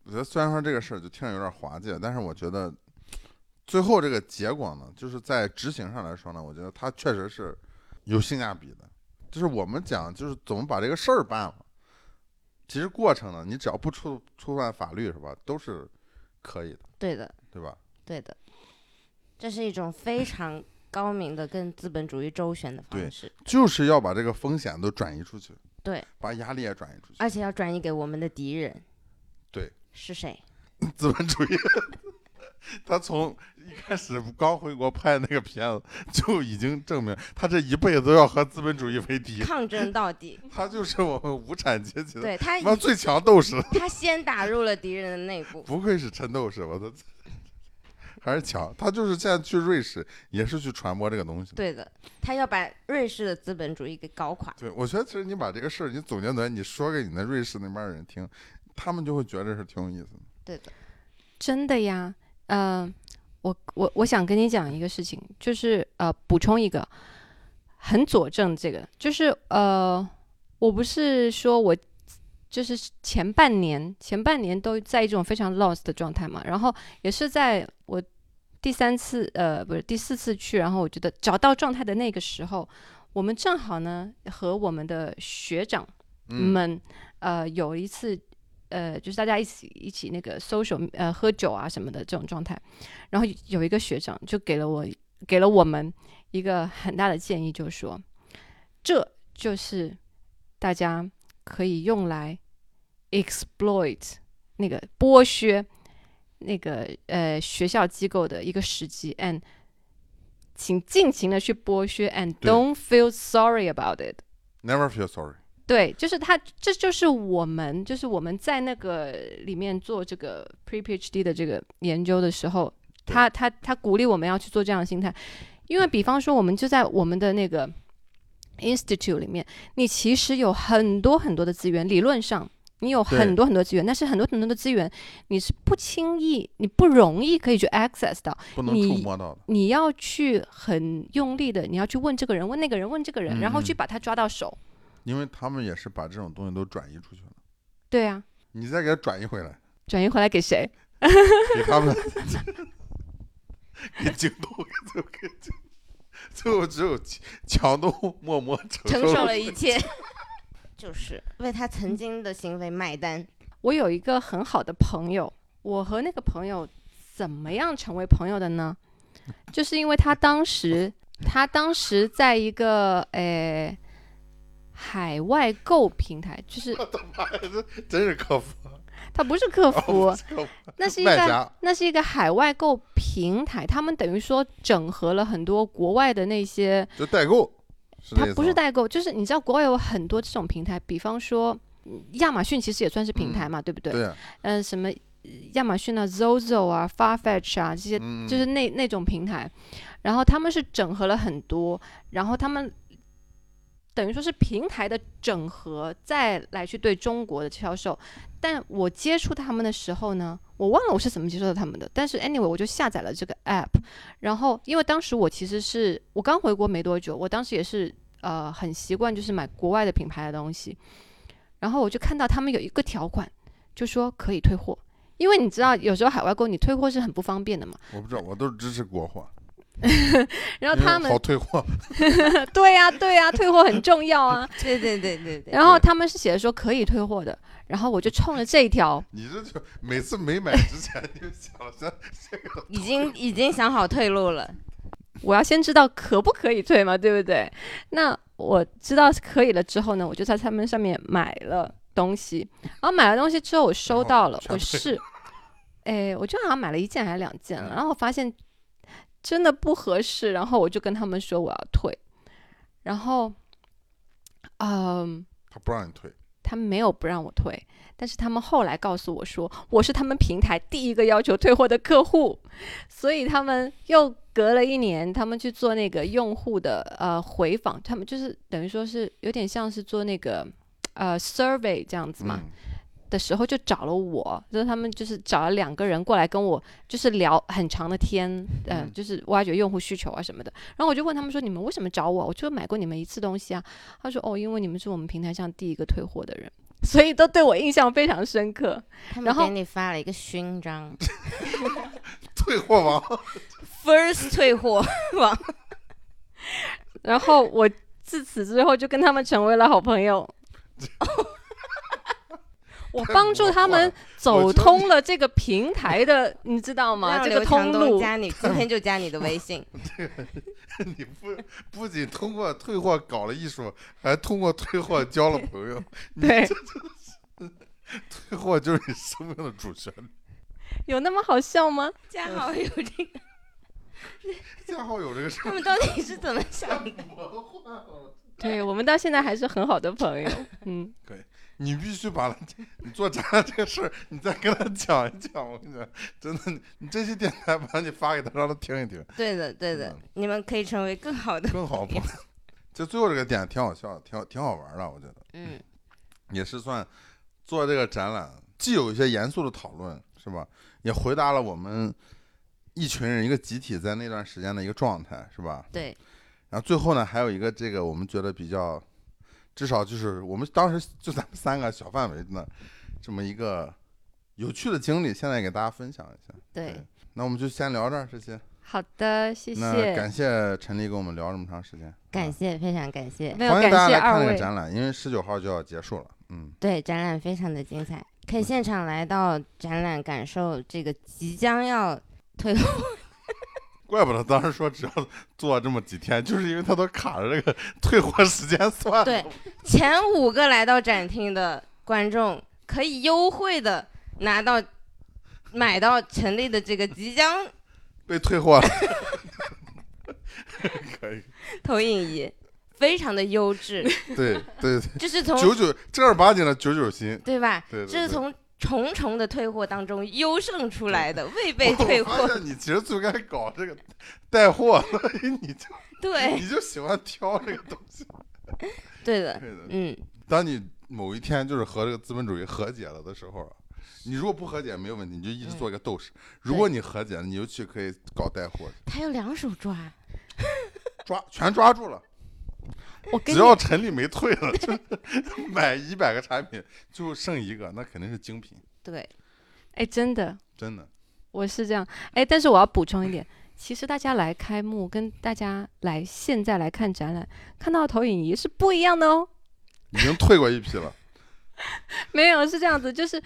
Speaker 1: 我觉得虽然说这个事儿就听着有点滑稽，但是我觉得最后这个结果呢，就是在执行上来说呢，我觉得它确实是有性价比的。就是我们讲，就是怎么把这个事儿办了。其实过程呢，你只要不触触犯法律，是吧，都是可以的，
Speaker 2: 对的，
Speaker 1: 对吧？
Speaker 2: 对的，这是一种非常高明的跟资本主义周旋的
Speaker 1: 对
Speaker 2: 方式，
Speaker 1: 就是要把这个风险都转移出去，
Speaker 2: 对，
Speaker 1: 把压力也转移出去。
Speaker 2: 而且要转移给我们的敌人。
Speaker 1: 对，
Speaker 2: 是谁？
Speaker 1: 资本主义， <laughs> 他从一开始刚回国拍那个片子 <laughs> 就已经证明，他这一辈子都要和资本主义为敌。 <laughs>
Speaker 2: 抗争到底。
Speaker 1: 他就是我们无产阶级的
Speaker 2: 对他
Speaker 1: 他，妈最强斗士， <laughs>
Speaker 2: 他先打入了敌人的内部。
Speaker 1: 不愧是陈斗士，我的还是巧，他就是现在去瑞士也是去传播这个东西的。
Speaker 2: 对的，他要把瑞士的资本主义给搞垮。
Speaker 1: 对，我觉得其实你把这个事儿你总结出来，你说给你的瑞士那边儿人听，他们就会觉得是挺有意思的。
Speaker 2: 对的，
Speaker 3: 真的呀，呃，我我我想跟你讲一个事情，就是呃，补充一个，很佐证这个，就是呃，我不是说我就是前半年前半年都在一种非常 lost 的状态嘛，然后也是在我第三次呃不是第四次去，然后我觉得找到状态的那个时候，我们正好呢和我们的学长
Speaker 1: 嗯，
Speaker 3: 们，呃，有一次，呃，就是大家一起一起那个 social，呃，喝酒啊什么的这种状态，然后有一个学长就给了我给了我们一个很大的建议，就是说，这就是大家可以用来 exploit 那个剥削那个呃学校机构的一个时机，and 请尽情的去剥削，and
Speaker 1: 对
Speaker 3: don't feel sorry about it。
Speaker 1: Never feel sorry。
Speaker 3: 对，就是他，这就是我们，就是我们在那个里面做这个 pre PhD 的这个研究的时候，
Speaker 1: 对
Speaker 3: 他他他鼓励我们要去做这样的心态，因为比方说我们就在我们的那个 institute 里面，你其实有很多很多的资源，理论上你有
Speaker 1: 对
Speaker 3: 很多很多资源，但是很多很多的资源你是不轻易，你不容易可以去 access 到，
Speaker 1: 不能
Speaker 3: 你
Speaker 1: 触摸到的。
Speaker 3: 你要去很用力的，你要去问这个人，问那个人，问这个人，然后去
Speaker 1: 嗯
Speaker 3: 把他抓到手。
Speaker 1: 因为他们也是把这种东西都转移出去了，
Speaker 3: 对啊，
Speaker 1: 你再给它转移回来，
Speaker 3: 转移回来给谁？
Speaker 1: 给他们，给京东，给给京最后只有强东默默
Speaker 3: <laughs>
Speaker 1: 承
Speaker 2: 承
Speaker 1: 受
Speaker 2: 受了一切，就是为他曾经的行为买单。 <laughs>
Speaker 3: 我有一个很好的朋友，我和那个朋友怎么样成为朋友的呢？就是因为他当时，他当时在一个呃海外购平台，
Speaker 1: <laughs>
Speaker 3: 就是
Speaker 1: 我的妈呀，这真是客服，
Speaker 3: 他不是客服，
Speaker 1: 客服
Speaker 3: 那是一
Speaker 1: 哦卖
Speaker 3: 个
Speaker 1: 家，
Speaker 3: 那是一个海外购平台，他们等于说整合了很多国外的那些
Speaker 1: 就代购，是这
Speaker 3: 它
Speaker 1: 意思
Speaker 3: 不是
Speaker 1: 吗
Speaker 3: 代购，就是你知道国外有很多这种平台，比方说嗯亚马逊其实也算是平台嘛，对不对？
Speaker 1: 对，啊
Speaker 3: 嗯、什么呃亚马逊啊、Zozo 啊、Farfetch 啊这些，
Speaker 1: 嗯，
Speaker 3: 就是那那种平台，然后他们是整合了很多，然后他们等于说是平台的整合，再来去对中国的销售。但我接触他们的时候呢，我忘了我是怎么接触到他们的。但是 anyway，我就下载了这个 app，然后因为当时我其实是我刚回国没多久，我当时也是呃很习惯就是买国外的品牌的东西，然后我就看到他们有一个条款，就说可以退货。因为你知道，有时候海外购你退货是很不方便的嘛。
Speaker 1: 我不知道，我都是支持国货，
Speaker 3: 然后
Speaker 1: 因为
Speaker 3: 他们
Speaker 1: 好退货，
Speaker 3: <laughs> 对呀、对呀、退货很重
Speaker 2: <laughs>
Speaker 3: 要啊。
Speaker 2: 对对对对对。
Speaker 3: 然后他们是写的说可以退货的，然后我就冲着这一条，
Speaker 1: 你这就每次没买之前你就想着
Speaker 2: 已经已经想好退路了，
Speaker 3: 我要先知道可不可以退嘛，对不对？那我知道可以了之后呢，我就在他们上面买了东西，然后买了东西之后我收到了，
Speaker 1: 全
Speaker 3: 我
Speaker 1: 退
Speaker 3: 试，哎，我就好像买了一件还是两件了，
Speaker 1: 嗯
Speaker 3: 然后我发现真的不合适，然后我就跟他们说我要退，然后，嗯。
Speaker 1: 他不让你退，
Speaker 3: 他们没有不让我退，但是他们后来告诉我说，我是他们平台第一个要求退货的客户，所以他们又隔了一年，他们去做那个用户的呃回访，他们就是等于说是有点像是做那个呃 survey 这样子嘛、
Speaker 1: 嗯
Speaker 3: 的时候，就找了我，就是他们就是找了两个人过来跟我就是聊很长的天，呃，
Speaker 1: 嗯
Speaker 3: 就是挖掘用户需求啊什么的。然后我就问他们说，你们为什么找我？我就买过你们一次东西啊。他说，哦，因为你们是我们平台上第一个退货的人， <laughs> 所以都对我印象非常深刻。
Speaker 2: 他们
Speaker 3: 然后
Speaker 2: 给你发了一个勋章
Speaker 1: 退货王。
Speaker 2: ，first 退 <laughs> 货王。
Speaker 3: 然后我自此之后就跟他们成为了好朋友。我帮助他们走通了这个平台的，你知道吗？
Speaker 2: <laughs> 让
Speaker 3: 这
Speaker 2: 刘
Speaker 3: 个
Speaker 2: 强
Speaker 3: 通
Speaker 2: 东
Speaker 3: 路。
Speaker 2: 加你，今天就加你的微信。
Speaker 1: 你不不仅通过退货搞了艺术，还通过退货交了朋友。你
Speaker 3: 对
Speaker 1: 这就是退货就是你生命的主旋律。
Speaker 3: 有那么好笑吗？
Speaker 2: <laughs> 加好友这个， <laughs>
Speaker 1: <laughs> 加好友这个事
Speaker 2: 他
Speaker 1: 儿
Speaker 2: 们到底是怎么想的？
Speaker 1: 魔幻了。
Speaker 3: <laughs> 对我们到现在还是很好的朋友。嗯，
Speaker 1: 你必须把它，你做展览这个事儿，你再跟他讲一讲。我跟你讲，真的，你你这期电台把你发给他，让他听一听，
Speaker 2: <laughs>
Speaker 1: <laughs>
Speaker 2: 对的，对的
Speaker 1: 嗯，
Speaker 2: 你们可以成为更好的。
Speaker 1: 更好朋友。就最后 <laughs> 这个点挺好笑的，挺好挺好玩的，我觉得
Speaker 2: <laughs> 嗯，
Speaker 1: 也是算做这个展览，既有一些严肃的讨论，是吧？也回答了我们一群人一个集体在那段时间的一个状态，是吧？
Speaker 2: 对，
Speaker 1: 然后最后呢，还有一个这个我们觉得比较，至少就是我们当时就咱们三个小范围的这么一个有趣的经历，现在给大家分享一下。
Speaker 2: 对，
Speaker 1: 那我们就先聊这儿，这些。
Speaker 3: 好的，谢
Speaker 1: 那
Speaker 3: 谢，
Speaker 1: 感谢陈丽跟我们聊这么长时间，嗯
Speaker 2: 感谢，非常感谢。
Speaker 3: 没有
Speaker 1: 欢迎大家
Speaker 3: 感谢
Speaker 1: 来看
Speaker 3: 二
Speaker 1: 那个
Speaker 3: 位，
Speaker 1: 展览，因为十九号就要结束了。嗯，
Speaker 2: 对，展览非常的精彩，可以现场来到展览，感受这个即将要
Speaker 1: 怪不得当时说只要做这么几天，就是因为他都卡着这个 <laughs> 退货时间算。
Speaker 2: <laughs> 对，前五个来到展厅的观众可以优惠的拿到买到陈立的这个即将
Speaker 1: 被退
Speaker 3: <laughs>
Speaker 1: 货了。 <laughs> 可以，
Speaker 2: 投
Speaker 1: <laughs>
Speaker 2: 影仪，非常的优质，
Speaker 1: 对对对，
Speaker 2: 这是
Speaker 1: <laughs>
Speaker 2: 从
Speaker 1: 九九正儿八经的九九新。
Speaker 2: 对吧？
Speaker 1: 对对
Speaker 2: 这是
Speaker 1: 对
Speaker 2: 从重重的退货当中优胜出来的，未被退
Speaker 1: 我
Speaker 2: 货
Speaker 1: 发。现你其实最该搞这个带货，所以你就
Speaker 2: <laughs> 对
Speaker 1: 你就喜欢挑这个东西。
Speaker 2: 对的，
Speaker 1: 对的
Speaker 2: 嗯，
Speaker 1: 当你某一天就是和这个资本主义和解了的时候啊，你如果不和解没有问题，你就
Speaker 3: 嗯
Speaker 1: 一直做一个斗士；如果你和解了，你就去可以搞带货，
Speaker 2: 他有两手抓，
Speaker 1: 抓全抓住了。
Speaker 3: 我
Speaker 1: 只
Speaker 3: 跟你
Speaker 1: 要陈立没退了，就买一百个产品就剩一个，那肯定是精品，
Speaker 2: 对，
Speaker 3: 哎，真的，
Speaker 1: 真的。
Speaker 3: 我是这样，哎，但是我要补充一点，其实大家来开幕跟大家来现在来看展览，看到的投影仪是不一样的哦。 <laughs>
Speaker 1: 已经退过一批了，
Speaker 3: 没有，是这样子，就是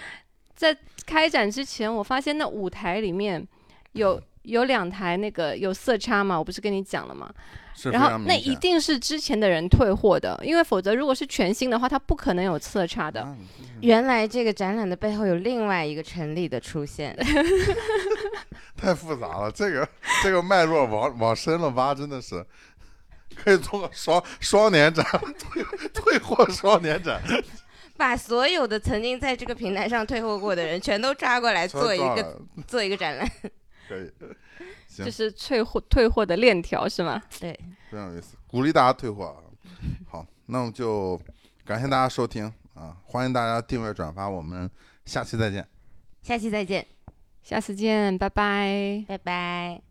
Speaker 3: 在开展之前，我发现那舞台里面有有两台那个有色差嘛，我不是跟你讲了吗？
Speaker 1: 是非
Speaker 3: 然后
Speaker 1: 常明
Speaker 3: 那
Speaker 1: 显。
Speaker 3: 一定是之前的人退货的，因为否则如果是全新的话，它不可能有色差的。
Speaker 1: 啊
Speaker 2: 嗯原来这个展览的背后有另外一个陈立的出现， <laughs>
Speaker 1: 太复杂了，这个这个脉络往往深了挖，真的是可以做个双双年展，退退货双年展，
Speaker 2: 把所有的曾经在这个平台上退货过的人全都抓过来做一个做一个展览。
Speaker 1: 可以，行
Speaker 3: 就，是退货退货的链条是吗？
Speaker 2: 对，
Speaker 1: 非常有意思，鼓励大家退货啊。好，那我们就感谢大家收听啊，欢迎大家订阅转发，我们下期再见。
Speaker 2: 下期再见，
Speaker 3: 下次见，拜拜。
Speaker 2: 拜拜。